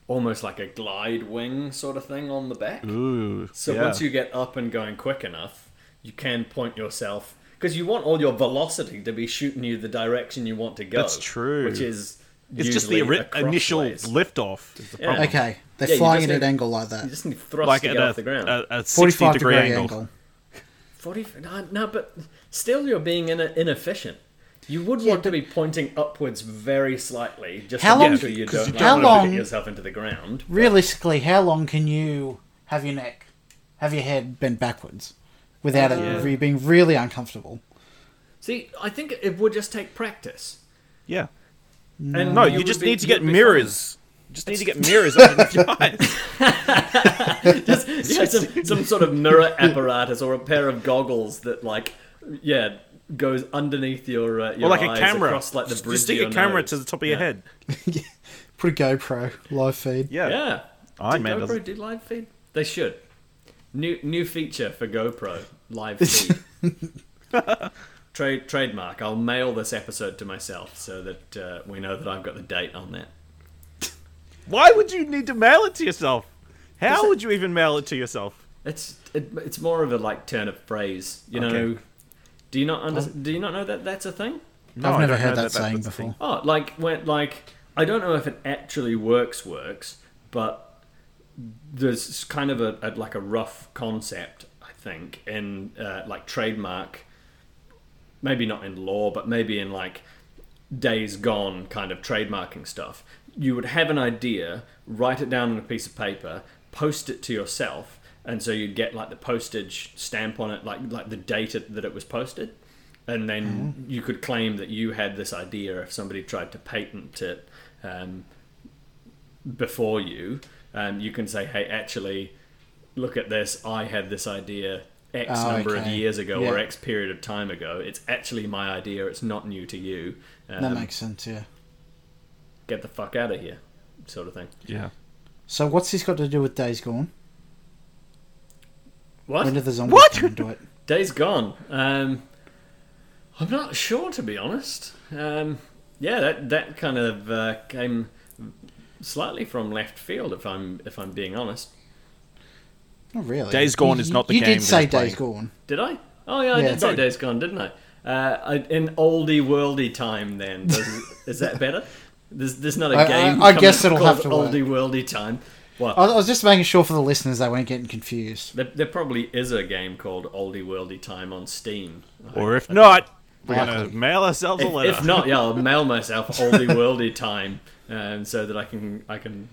almost like a glide wing sort of thing on the back.
Ooh.
So
yeah.
once you get up and going quick enough, you can point yourself because you want all your velocity to be shooting you the direction you want to go.
That's true.
Which is
it's just the
usually
ori-
across
initial
ways.
liftoff. Is the
Yeah.
problem.
Okay, they're
Yeah, you
flying
just
at an
need-
angle like
You
that.
just need thrust
Like
to
at
get
a,
off the ground.
a, a sixty
Forty-five degree,
degree angle.
angle.
Forty. No, no, but still, you're being in inefficient. You would
Yeah,
want to be pointing upwards very slightly, just
How
to
long-
make sure you
'cause
don't,
you
like,
don't
put
wanna-
yourself into the ground.
Realistically, how long can you have your neck, have your head bent backwards, without
Yeah.
it re- being really uncomfortable?
See, I think it would just take practice.
Yeah.
And
No,
it
you
would
just
be-
need to
you'd
get
be fine.
mirrors. You Just need to get mirrors underneath your eyes.
Just- yeah, some, some sort of mirror apparatus or a pair of goggles that, like, yeah, goes underneath your uh, your
Or like a
eyes
camera.
across like the
Just-
bridge.
just stick
of your
a camera
nose.
to the top of your
Yeah.
head.
Put a GoPro live feed.
Yeah.
Yeah. Did
Iron Man
GoPro
doesn't.
do live feed? They should. New new feature for GoPro live feed. Trade trademark. I'll mail this episode to myself so that uh, we know that I've got the date on that.
Why would you need to mail it to yourself? How would you even mail it to yourself?
It's it, it's more of a like turn of phrase. You know,
Okay.
do you not under, do you not know that that's a thing?
No,
I've
I
never
don't know
heard that,
that that
saying
was a thing.
before.
Oh, like when like I don't know if it actually works works, but there's kind of a, a like a rough concept I think in uh, like trademark, maybe not in law, but maybe in like days gone kind of trademarking stuff, you would have an idea, write it down on a piece of paper, post it to yourself, and so you'd get like the postage stamp on it, like like the date it- that it was posted, and then
Mm-hmm.
you could claim that you had this idea if somebody tried to patent it um, before you. Um, you can say, hey, actually, look at this. I had this idea X
Oh,
number of
okay.
years ago or
Yeah.
X period of time ago. It's actually my idea. It's not new to you. Um,
that makes sense. Yeah.
get the fuck out of here, sort of thing.
Yeah.
So what's this got to do with Days Gone?
What?
When did the zombies
What?
come into it?
Days gone. Um, I'm not sure, to be honest. Um, yeah, that that kind of uh, came slightly from left field, if I'm if I'm being honest.
Not really.
Days Gone is not the
you
game
did
that
say
it's
Days
playing.
Gone.
Did I? Oh yeah, I
Yeah.
did say
Sorry.
Days Gone, didn't I? Uh, I in oldie worldy time, then Does, is that better? There's there's not a
I- I-
game.
I guess
coming
it'll have
called
to
oldie worldy time. Well,
I was- I was just making sure for the listeners they weren't getting confused.
there, there probably is a game called oldie worldy time on Steam.
Oh,
Or if not, we're
Likely.
gonna mail ourselves a letter.
uh,
If, if not, yeah, I'll mail myself oldie worldy time, um, so that I can I can.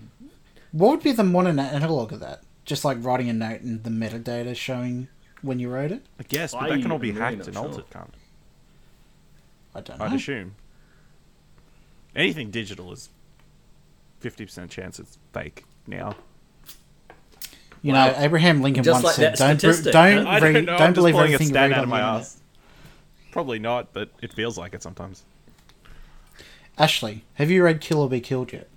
What would be the modern analog of that? Just like writing a note and the metadata showing when you wrote it.
I guess, but
I
that can all be
am really
hacked
not
and
sure.
altered, can't it?
I don't know.
I'd assume. Anything digital is fifty percent chance it's fake now.
You
Wow.
know, Abraham Lincoln
Just
once
like
said,
that
"Don't,
statistic,
br- don't,
huh?
I
re-
don't
don't,
know. I'm just
believe
pulling a
everything you
stat
read
out
on
of
the
my
internet."
ass. Probably not, but it feels like it sometimes.
Ashley, have you read Kill or Be Killed yet?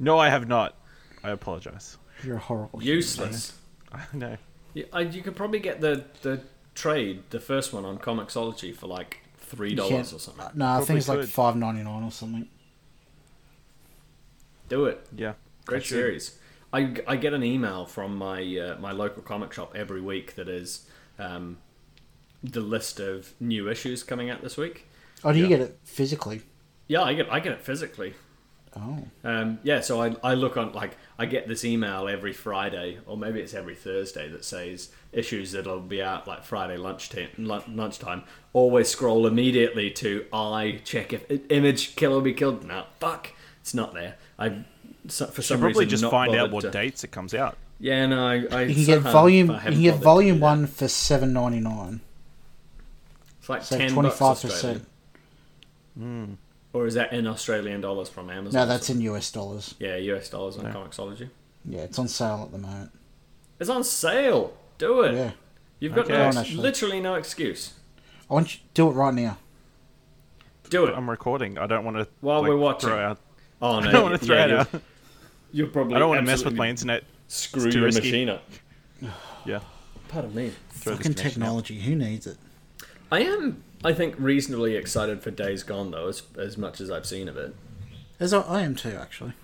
No, I have not. I apologize.
You're a horrible. human being.
Useless.
I know.
You, I, you could probably get the the trade, the first one on Comixology for like three
You
dollars
can't-
or something.
No, I
Probably
think it's like
could.
five ninety nine or something.
Do it.
Yeah. I
Great
should.
series. I, I get an email from my uh, my local comic shop every week that is um, the list of new issues coming out this week.
Oh, do you
Yeah.
get it physically?
Yeah, I get I get it physically.
Oh,
Um, yeah, so I, I look on like I get this email every Friday or maybe it's every Thursday that says issues that'll be out like Friday lunchtime. lun- Lunchtime. Always scroll immediately to I check if image kill or be killed. No, fuck, it's not there. I so, for some
Probably
reason
just
not
find out
bothered
what
to-
dates it comes out.
Yeah, no, I, I
you can get
somehow-
volume.
uh, I
You
haven't
can get
bothered to
volume
do that.
one for seven ninety nine.
It's like
So
ten
twenty five
bucks Australian.
percent.
Or is that in Australian dollars from Amazon?
No,
or
that's
something?
in US dollars.
yeah US dollars on
Yeah.
Comixology.
Yeah, it's on sale at the moment.
It's on sale. Do it.
Yeah,
You've got
Okay.
no
Go
ex-
on, Ashley.
literally no excuse.
I want you to do it right now.
Do it.
I'm recording. I don't want to.
While we're watching.
Throw out,
Oh no!
I don't want to throw
yeah,
it out.
You'll, you'll probably.
I don't want to mess with
absolutely
my internet.
Screw
It's too
your
risky.
machine up.
Yeah.
Pardon me.
Throw this connection
Fucking
out.
technology. Who needs it?
I am, I think, reasonably excited for Days Gone though, as, as much as I've seen of it.
As I, I am too, actually.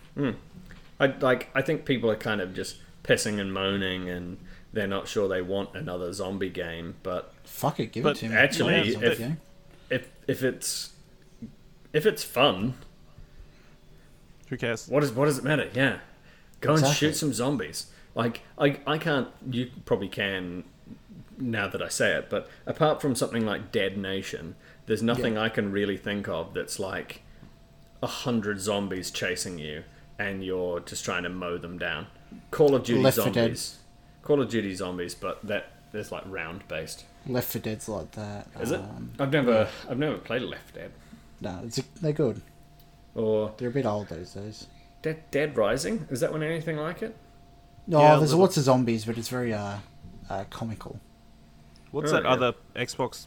I like. I think people are kind of just pissing and moaning, and they're not sure they want another zombie game. But
Fuck it, give
But
it to me.
actually,
Yeah, it's on
if-
the game.
if if it's if it's fun,
Who cares?
What is what does it matter? Yeah, go and
Exactly.
shoot some zombies. Like I I can't. You probably can now that I say it, but apart from something like Dead Nation, there's nothing I can really think of that's like a hundred zombies chasing you and you're just trying to mow them down. Call of Duty
Left 4 Dead.
zombies. Call of Duty zombies, but that there's like round based.
Left for Dead's like that.
Is it?
Um,
I've never I've never played Left Dead
No, it's, they're good.
or
They're a bit old those days.
Dead, Dead Rising. Is that one anything like it?
No,
Yeah, a
there's
little.
lots of zombies, but it's very uh, uh, comical.
What's
Oh,
that
yeah.
other Xbox?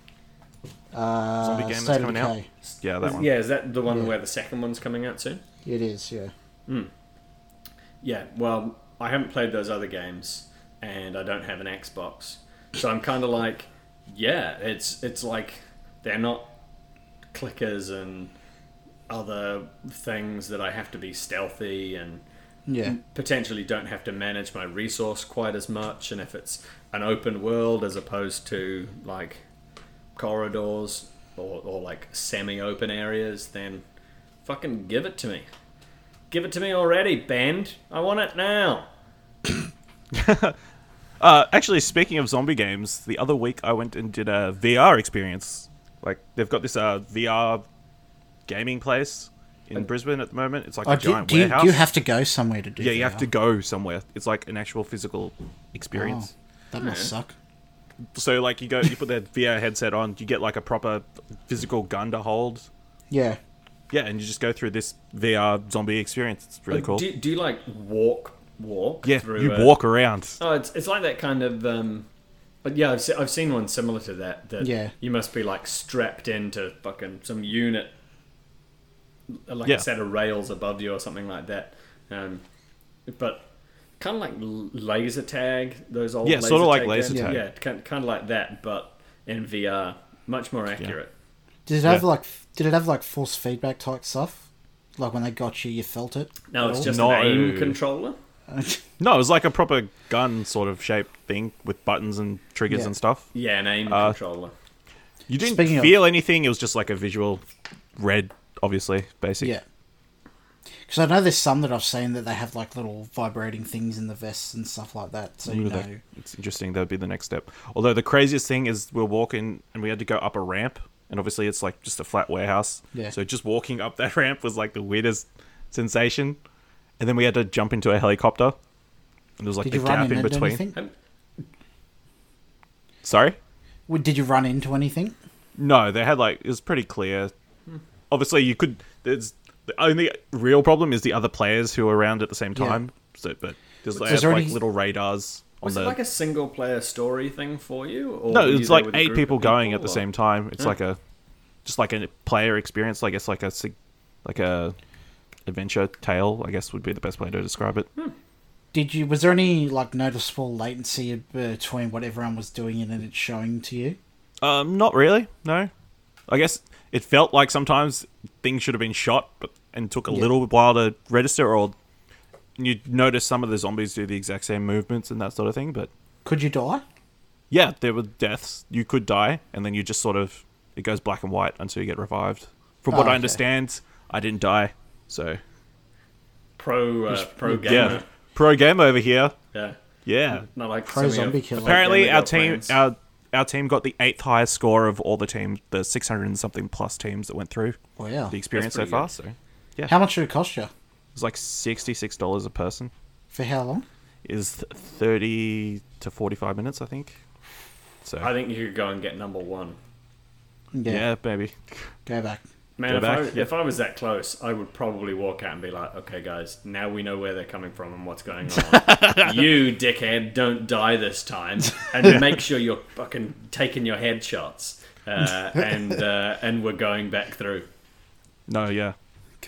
Uh,
Zombie game that's
State of
coming out?
Decay.
Yeah, that one.
Yeah, is that the one
Yeah.
where the second one's coming out soon?
It is, yeah.
Yeah, well, I haven't played those other games, and I don't have an Xbox, so I'm kind of like, yeah, it's it's like they're not clickers and other things that I have to be stealthy and
Mm.
Yeah.
potentially don't have to manage my resource quite as much, and if it's an open world as opposed to like corridors or, or like semi-open areas, then fucking give it to me. Give it to me already, band. I want it now.
Uh, actually, speaking of zombie games, the other week I went and did a VR experience. Like they've got this uh, VR gaming place in Brisbane at the moment. It's like
Oh,
a
do, you-
giant
do you,
warehouse.
do you have to go somewhere to do
yeah, you
VR?
have to go somewhere. It's like an actual physical
Oh.
experience.
That must suck.
So like you go, you put that VR headset on, you get like a proper physical gun to hold.
Yeah.
Yeah, and you just go through this VR zombie experience. It's really cool.
Do, do you like walk walk?
yeah,
through
you
a-
walk around.
Oh, it's, it's like that kind of. Um, but yeah, I've, se- I've seen one similar to that. That
Yeah.
you must be like strapped into fucking some unit, uh, like
Yeah.
a set of rails above you or something like that. Um, but kind of like l- laser tag, those old
Yeah,
laser
sort of like
tag
laser
games.
tag.
Yeah, kind kind of like that, but in VR, much more accurate.
Did it have
Yeah.
like f- did it have like force feedback type stuff? Like when they got you, you felt it.
Now it's just
No.
an aim controller.
No, it was like a proper gun sort of shape thing with buttons and triggers
Yeah.
and stuff.
Yeah, an aim
Uh,
controller.
You didn't
Speaking of-
feel anything. It was just like a visual red, obviously, basic.
yeah. Because I know there's some that I've seen that they have like little vibrating things in the vests and stuff like that. So you
Ooh,
know.
that- it's interesting. That would be the next step. Although the craziest thing is we're walking and we had to go up a ramp, and obviously it's like just a flat warehouse.
Yeah.
So just walking up that ramp was like the weirdest sensation, and then we had to jump into a helicopter, and there was like
Did
a
you run
gap in
into
between.
anything?
Um,
Sorry.
Well, Did you run into anything?
No, they had like it was pretty clear. Obviously, you could. There's the only real problem is the other players who are around at the same
Yeah.
time. So, but there's they
is
have,
there
like
any-
little radars on
Was
the.
it like a single player story thing for you? Or
no,
were you
it's
there
like
with a
eight
group of
people going at the
or-
same time. It's like a, just like a player experience. I guess like a, sig- like a, adventure tale. I guess would be the best way to describe it.
Did you? Was there any like noticeable latency between what everyone was doing and then it showing to you?
Um, not really. No, I guess it felt like sometimes things should have been shot, but and took a
Yeah.
little while to register, or you notice some of the zombies do the exact same movements and that sort of thing. But
Could you die?
yeah, there were deaths. You could die, and then you just sort of it goes black and white until you get revived. From
Oh,
what I
okay.
understand, I didn't die, so
pro uh, pro gamer.
yeah, pro game over here.
Yeah.
Yeah,
Not like
Pro
some of your-
zombie killer.
apparently
Yeah,
our
they got
team
plans.
our our team got the eighth highest score of all the teams, the six hundred and something plus teams that went through.
Wow.
the experience so
pretty
far.
good.
So
How much did it cost you?
it's like sixty-six dollars a person.
For how long?
Is th- thirty to forty-five minutes, I think. So
I think you could go and get number one.
yeah. maybe.
Go back.
Man,
Go
if,
back,
I,
yeah.
if I was that close, I would probably walk out and be like, "Okay, guys, now we know where they're coming from and what's going on. you dickhead, don't die this time, and make sure you're fucking taking your headshots." Uh, and uh, and we're going back through.
No, yeah,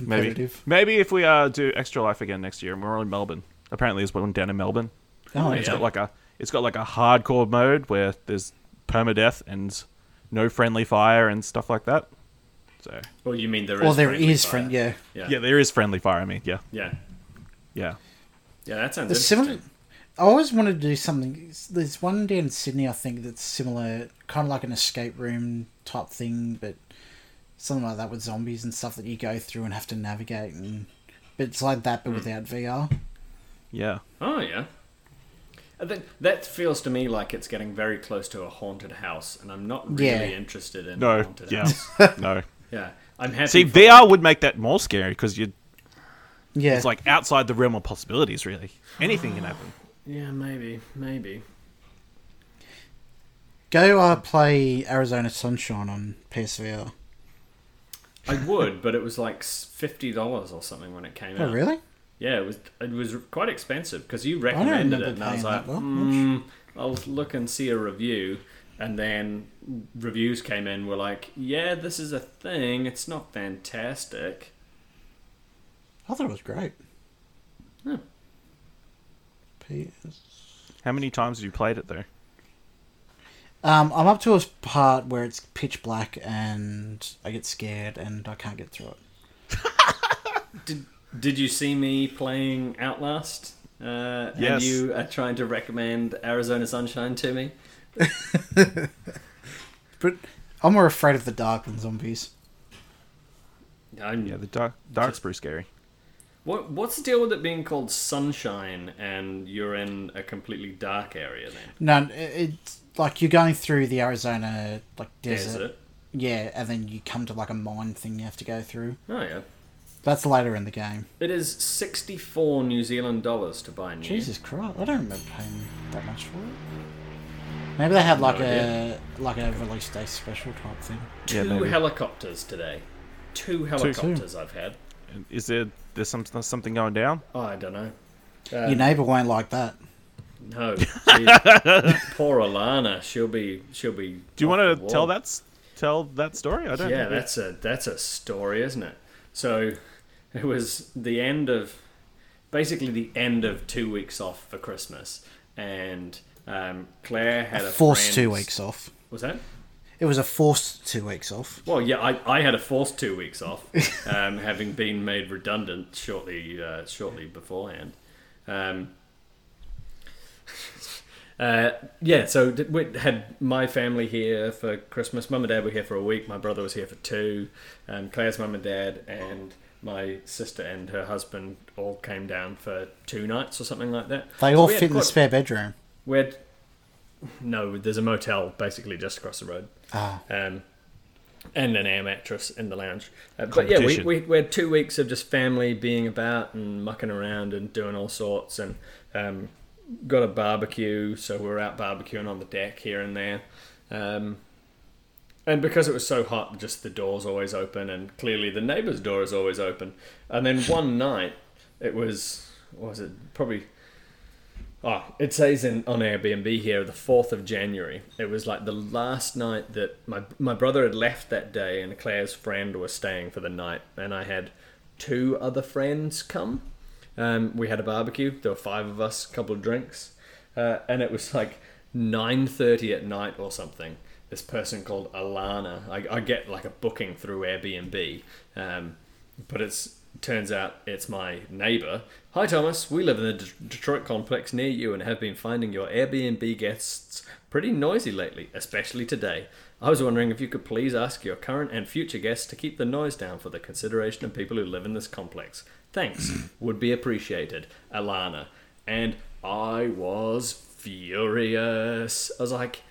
maybe.
Competitive.
Maybe if we uh, do Extra Life again next year, and we're all in Melbourne. Apparently, there's one down in Melbourne.
Oh,
Yeah.
It's got like a it's got like a hardcore mode where there's permadeath and no friendly fire and stuff like that. So
Well, you mean there is?
Well, there
friendly
is
fire.
friend. Yeah.
yeah,
yeah,
yeah,
there is friendly fire. I mean, yeah,
yeah,
yeah.
yeah. That sounds
There's
interesting.
similar. I always want to do something. There's one down in Sydney, I think, that's similar, kind of like an escape room type thing, but something like that with zombies and stuff that you go through and have to navigate. And but it's like that, but
Hmm.
without VR.
Yeah,
Oh yeah. I think that feels to me like it's getting very close to a haunted house, and I'm not really
Yeah.
interested in a
no,
haunted
yeah,
house.
no.
Yeah, I'm happy.
See,
for-
VR would make that more scary because you
Yeah.
It's like outside the realm of possibilities, really. Anything can happen.
Yeah, maybe, maybe.
go uh, play Arizona Sunshine on PSVR.
I would, but it was like s- fifty dollars or something when it came
Oh,
out.
really?
Yeah, it was. It was quite expensive because you
don't
recommended
remember
it, and I was
paying
like,
that
mm, I'll look and see a review. And then reviews came in were like, yeah, this is a thing. It's not fantastic.
I thought it was great.
Yeah.
PS.
How many times have you played it, though?
Um, I'm up to a part where it's pitch black and I get scared and I can't get through it.
Did Did you see me playing Outlast? Uh, And
Yes.
you are trying to recommend Arizona Sunshine to me?
But I'm more afraid of the dark than zombies.
I'm,
Yeah, the dark, dark's pretty scary.
What What's the deal with it being called sunshine and you're in a completely dark area then?
No, it- it's like you're going through the Arizona like desert.
Desert.
yeah, and then you come to like a mine thing you have to go through.
Oh yeah,
That's later in the game.
it is sixty-four New Zealand dollars to buy new.
Jesus Christ, I don't remember paying that much for it. Maybe they had like
idea.
a like a release day special type thing.
Yeah,
Two
maybe.
helicopters today. Two helicopters I've had.
Is there there's some, something going down?
Oh, I don't know. Uh,
Your neighbour won't like that.
No, Jeez. poor Alana. She'll be. She'll be.
Do you
off
want
the
to
wall.
tell that s- tell that story? I don't.
yeah,
think we-
that's a that's a story, isn't it? So it was the end of basically the end of two weeks off for Christmas, and um, Claire had a,
Forced
friend-
two weeks off.
Was that?
It was a forced two weeks off.
Well, yeah, I, I had a forced two weeks off, um, having been made redundant shortly uh, shortly beforehand. Um, uh, yeah, so d- we had my family here for Christmas. Mum and dad were here for a week. My brother was here for two. Um, Claire's mum and dad and my sister and her husband all came down for two nights or something like that.
They
So
all
we had
fit in the
quite-
spare bedroom.
we had no. There's a motel basically just across the road
Ah,
um, and an air mattress in the lounge. Uh, but yeah, we,
Competition.
we, we had two weeks of just family being about and mucking around and doing all sorts and um, got a barbecue. So we were out barbecuing on the deck here and there. Um, and because it was so hot, just the door's always open, and clearly the neighbour's door is always open. And then one night, it was, what was it, probably Oh, it says in on Airbnb here the fourth of January. It was like the last night that my my brother had left that day, and Claire's friend was staying for the night, and I had two other friends come. Um, we had a barbecue. There were five of us, couple of drinks, uh, and it was like nine thirty at night or something. This person called Alana. I, I get like a booking through Airbnb, um, but it's turns out it's my neighbour. Hi, Thomas. We live in the D- Detroit complex near you and have been finding your Airbnb guests pretty noisy lately, especially today. I was wondering if you could please ask your current and future guests to keep the noise down for the consideration of people who live in this complex. Thanks. Would be appreciated. Alana. And I was furious. I was like,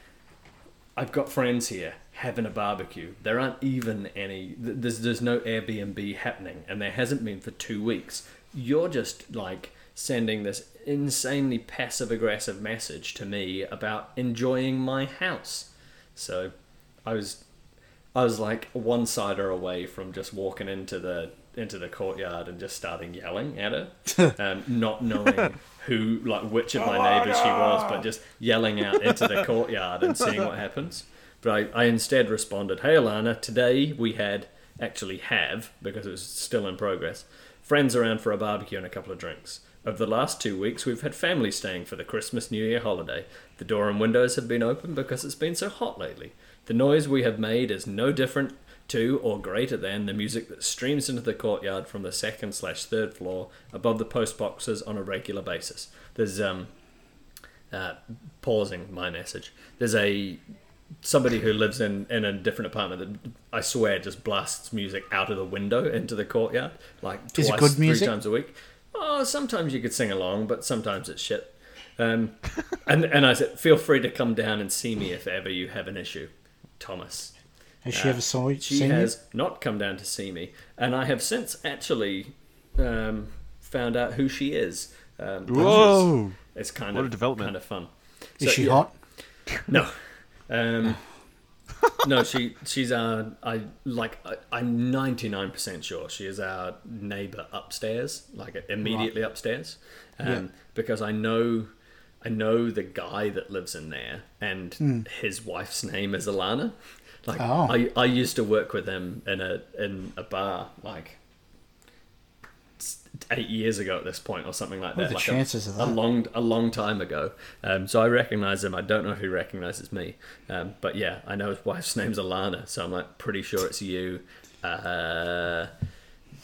I've got friends here having a barbecue. There aren't even any. th- There's there's no Airbnb happening, and there hasn't been for two weeks. You're just like sending this insanely passive aggressive message to me about enjoying my house. So, I was, I was like one sider away from just walking into the into the courtyard and just starting yelling at her, um, not knowing who like which of my neighbours she was, but just yelling out into the courtyard and seeing what happens. But I, I instead responded, "Hey Alana, today we had actually have because it was still in progress. Friends around for a barbecue and a couple of drinks. Over the last two weeks, we've had family staying for the Christmas New Year holiday. The door and windows have been open because it's been so hot lately. The noise we have made is no different to or greater than the music that streams into the courtyard from the second slash third floor above the post boxes on a regular basis. There's um uh, pausing my message. There's a somebody who lives in in a different apartment that I swear just blasts music out of the window into the courtyard like twice,
Is it good
three
music?
times a week. Oh, sometimes you could sing along, but sometimes it's shit. Um, and and I said, feel free to come down and see me if ever you have an issue, Thomas.
has she ever saw you?
She
seen you?
has not come down to see me, and I have since actually um, found out who she is. Um, which is-
Whoa.
it's kind
What
of
a development.
kind of fun.
Is
So,
she
yeah.
hot?
No, um, no. She she's our I like I, I'm 99 percent sure she is our neighbor upstairs, like immediately upstairs, um,
Yeah.
because I know I know the guy that lives in there, and his wife's name is Alana. Like
Hmm. Oh.
I I used to work with him in a in a bar like. s- Eight years ago, at this point, or something like that.
are the
like a-
chances of
A
that?
long a long time ago. Um, so I recognize him. I don't know who recognizes me, um, but yeah, I know his wife's name's Alana. So I'm like pretty sure it's you. Uh,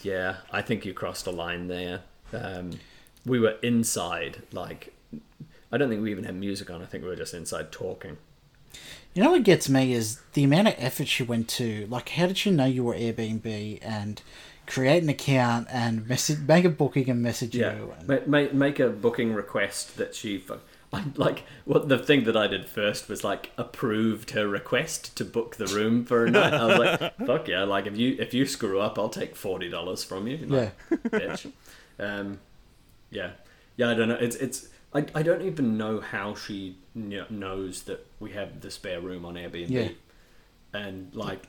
yeah, I think you crossed a line there. Um, we were inside, like I don't think we even had music on. I think we were just inside talking.
You know what gets me is the amount of effort she went to. Like, how did she know you were Airbnb and create an account and message, make a booking and message
Yeah,
you? And,
make, make a booking request that she. fu- I like what the thing that I did first was like approved her request to book the room for a night. I was like, fuck yeah, like if you if you screw up, I'll take forty dollars from you. Like, bitch. Um, yeah, yeah. I don't know. It's it's. I, I don't even know how she kn- knows that we have the spare room on Airbnb.
Yeah.
And like,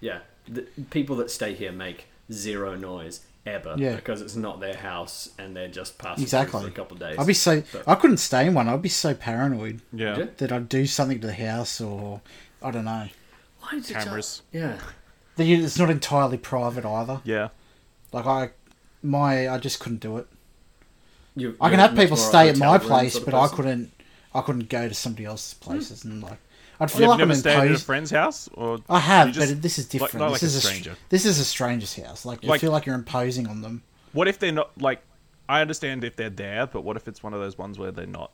yeah, the people that stay here make zero noise ever
Yeah.
because it's not their house and they're just passing through
Exactly.
for a couple of days.
I'd be so. I couldn't stay in one. I'd be so paranoid
Yeah.
Yeah.
that I'd do something to the house or I don't know.
Why did you-
Cameras.
Yeah.
The unit- It's not entirely private either.
Yeah.
Like I, my I just couldn't do it.
You,
I can
you're
have
much
people
more a
stay at
hotel
my
room
place,
sort of
but I
person.
couldn't. I couldn't go to somebody else's places and like. I'd feel
Hmm. You've
like I'm
never stayed at a
imposed.
friend's house, or
I have,
you just-
but this is
like-
different.
not like
this
a
is a
stranger.
str- this is a stranger's house. Like you
Like-
feel like you're imposing on them.
What if they're not like? I understand if they're there, but what if it's one of those ones where they're not?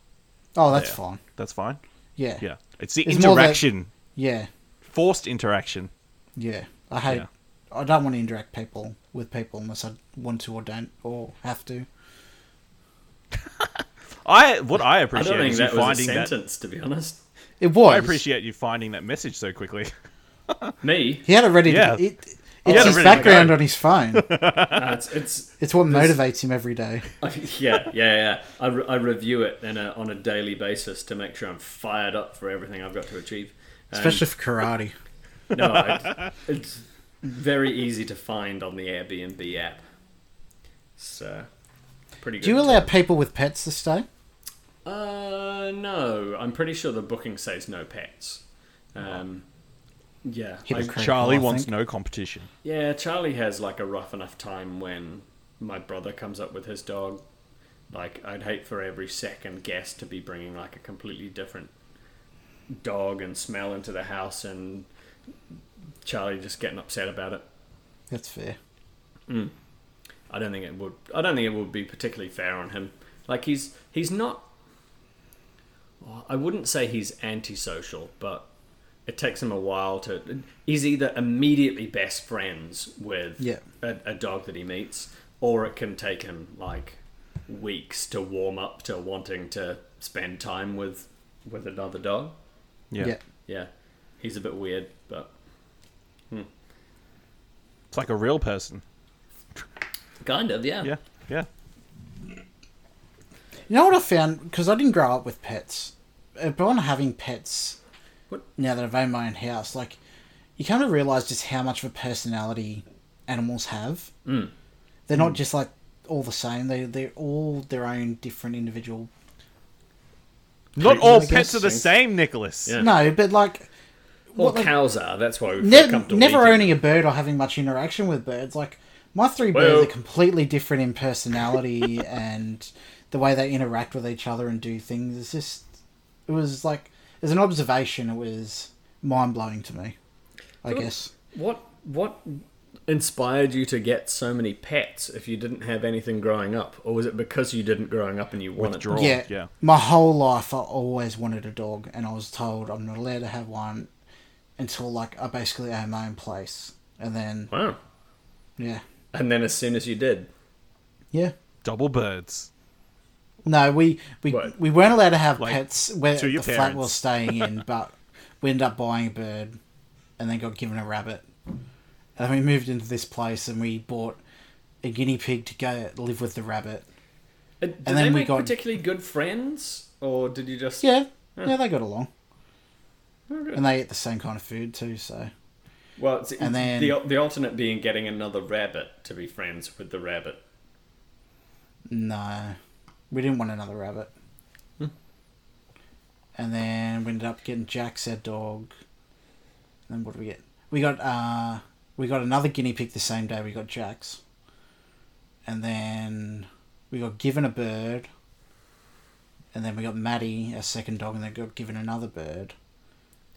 Oh, that's
there?
fine.
That's fine.
Yeah.
Yeah, it's the
It's more that-
interaction,
Yeah.
forced interaction.
Yeah. I hate.
Yeah.
I don't want to interact people with people unless I want to or don't or have to.
I what
I
I appreciate
don't think
is
that
you
was a
finding that.
sentence, to be honest.
It was.
I appreciate you finding that message so quickly.
Me,
He had it ready.
Yeah.
To, it, it's
had it
his
ready to
background
go.
on his phone.
uh, it's, it's
It's what
There's-
motivates him every day.
yeah, yeah, yeah. I, re- I review it in a, on a daily basis to make sure I'm fired up for everything I've got to achieve. Um,
Especially for karate.
no, I, it's very easy to find on the Airbnb app. So, pretty good.
Do you
tip.
allow people with pets to stay?
Uh, no. I'm pretty sure the booking says no pets. Um, yeah, I,
Hypocrite. Very
Charlie
cool, I
wants
think.
no competition.
Yeah, Charlie has like a rough enough time when my brother comes up with his dog. Like, I'd hate for every second guest to be bringing like a completely different dog and smell into the house and Charlie just getting upset about it.
That's fair.
I don't think it would. I don't think it would be particularly fair on him. Like he's he's not. well, I wouldn't say he's antisocial, but it takes him a while to. He's either immediately best friends with
Yeah.
a, a dog that he meets, or it can take him like weeks to warm up to wanting to spend time with with another dog.
Yeah.
yeah.
Yeah, he's a bit weird, but
it's like a real person.
kind of yeah.
Yeah, yeah.
You know what I found? Because I didn't grow up with pets. Upon having pets,
What-
now that I've owned my own house, like you kind of realize just how much of a personality animals have. Mm. They're not just like all the same. They they're all their own different individual.
Not all
I
pets
guess
are the
so.
same, Nicholas.
Yeah.
No, but like
Well,
What-
cows are. That's why we feel
um, ne-
comfortable.
never
eating
owning a bird or having much interaction with birds. Like my three
Well-
birds are completely different in personality and the way they interact with each other and do things. It's just it was like as an observation, it was mind blowing to me. I
Cool.
guess
What what inspired you to get so many pets if you didn't have anything growing up, or was it because you didn't growing up and you wanted
Withdrawal.
them?
yeah,
yeah.
My whole life, I always wanted a dog, and I was told I'm not allowed to have one until like I basically own my own place, and then
Wow.
yeah,
And then as soon as you did,
yeah.
Double birds.
No, we we,
What?
we weren't allowed to have
Like,
pets where
to
the
your
flat
parents.
we were staying in, but we ended up buying a bird, and then got given a rabbit, and we moved into this place and we bought a guinea pig to go live with the rabbit.
uh, did
And
they
then we
make
got-
particularly good friends, or did you just
Yeah, yeah, they got along,
Oh,
good.
and they ate the same kind of food too. So
Well, it's,
And then-
the the alternate being getting another rabbit to be friends with the rabbit.
no, we didn't want another rabbit. And then we ended up getting Jack's our dog. And then what did we get? We got uh we got another guinea pig the same day we got Jack's. And then we got given a bird. And then we got Maddie, our second dog, and then got given another bird.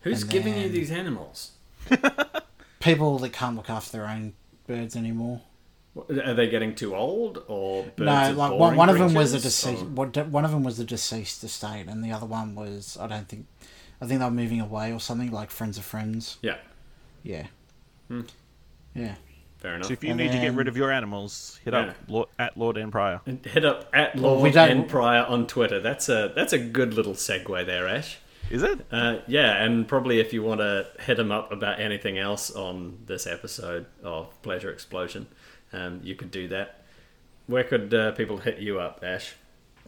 Who's
And
giving you
then-
these animals?
People that can't look after their own birds anymore.
What- Are they getting too old, or birds
no,
are
like one,
boring
one of them was a
creatures,
deceased.
or-
One one of them was a deceased estate, and the other one was I don't think, I think they were moving away or something like friends of friends.
Yeah,
Yeah. Yeah.
Fair enough.
So if you
And
need to get
then-
rid of your animals, hit
Yeah.
up Lord, at Lord and Pryor.
And Hit up at
Well,
Lord
we don't-
N Pryor on Twitter. That's a that's a good little segue there, Ash.
Is it?
Uh, yeah, and probably if you want to hit him up about anything else on this episode of Pleasure Explosion, um, you could do that. Where could uh, people hit you up, Ash?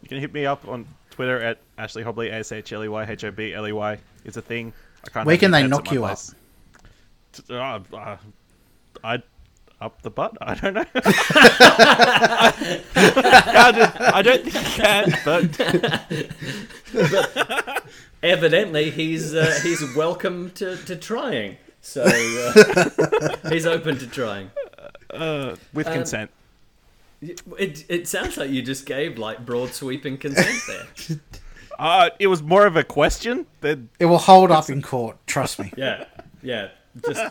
You can hit me up on Twitter at Ashley Hobley, A S H L E Y H O B L E Y. It's a thing. I can't
Where
have
can
any
they
pets at
knock
my
you
place. T- uh, uh, I up the butt. I don't know. I, don't- I don't think you can, but
Evidently, he's uh, he's welcome to, to trying. So uh, he's open to trying.
with consent.
It it sounds like you just gave like broad sweeping consent there.
Uh, it was more of a question than
It will hold up in court. Trust me.
Yeah, yeah. Just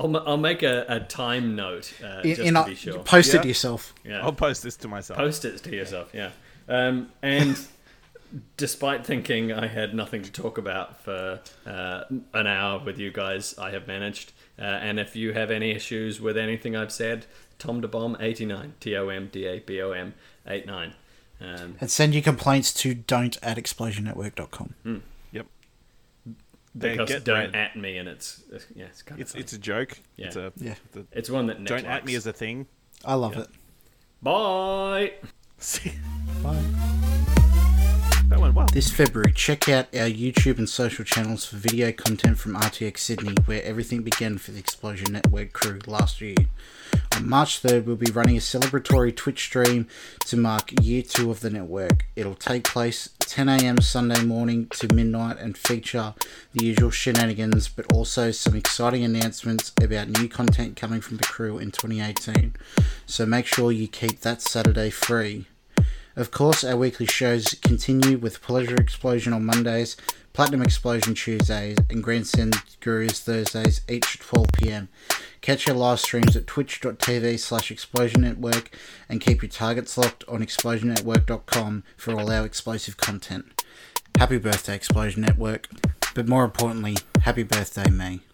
I'll, ma- I'll make a, a time note uh,
In,
just
in
to
a-
be sure.
Post it
Yeah.
yourself.
yeah.
I'll post this to myself.
post it to yourself. Yeah. Um, and despite thinking I had nothing to talk about for uh, an hour with you guys, I have managed. Uh, and if you have any issues with anything I've said, Tom DeBomb eighty nine T O M D A B O M eight nine. Um,
And send your complaints to don't at explosionnetwork.com.
Hmm.
Yep. They
because
get
don't
don't.
at me, and it's, it's yeah, it's kind of
It's
funny.
it's a joke.
Yeah.
It's a,
Yeah.
the-
It's one that Nick
don't at
likes.
me is a thing.
I love it.
bye.
See,
Bye.
that went well.
This February, check out our YouTube and social channels for video content from RTX Sydney, where everything began for the Explosion Network crew last year. On March 3rd, we'll be running a celebratory Twitch stream to mark year two of the network. It'll take place 10 a.m. Sunday morning to midnight and feature the usual shenanigans, but also some exciting announcements about new content coming from the crew in 2018. So make sure you keep that Saturday free. Of course, our weekly shows continue with Pleasure Explosion on Mondays, Platinum Explosion Tuesdays, and Grandstand Gurus Thursdays, each at 12 pm. Catch our live streams at twitch.tv slash explosion network and keep your targets locked on explosionnetwork.com for all our explosive content. Happy birthday, Explosion Network, but more importantly, happy birthday, me.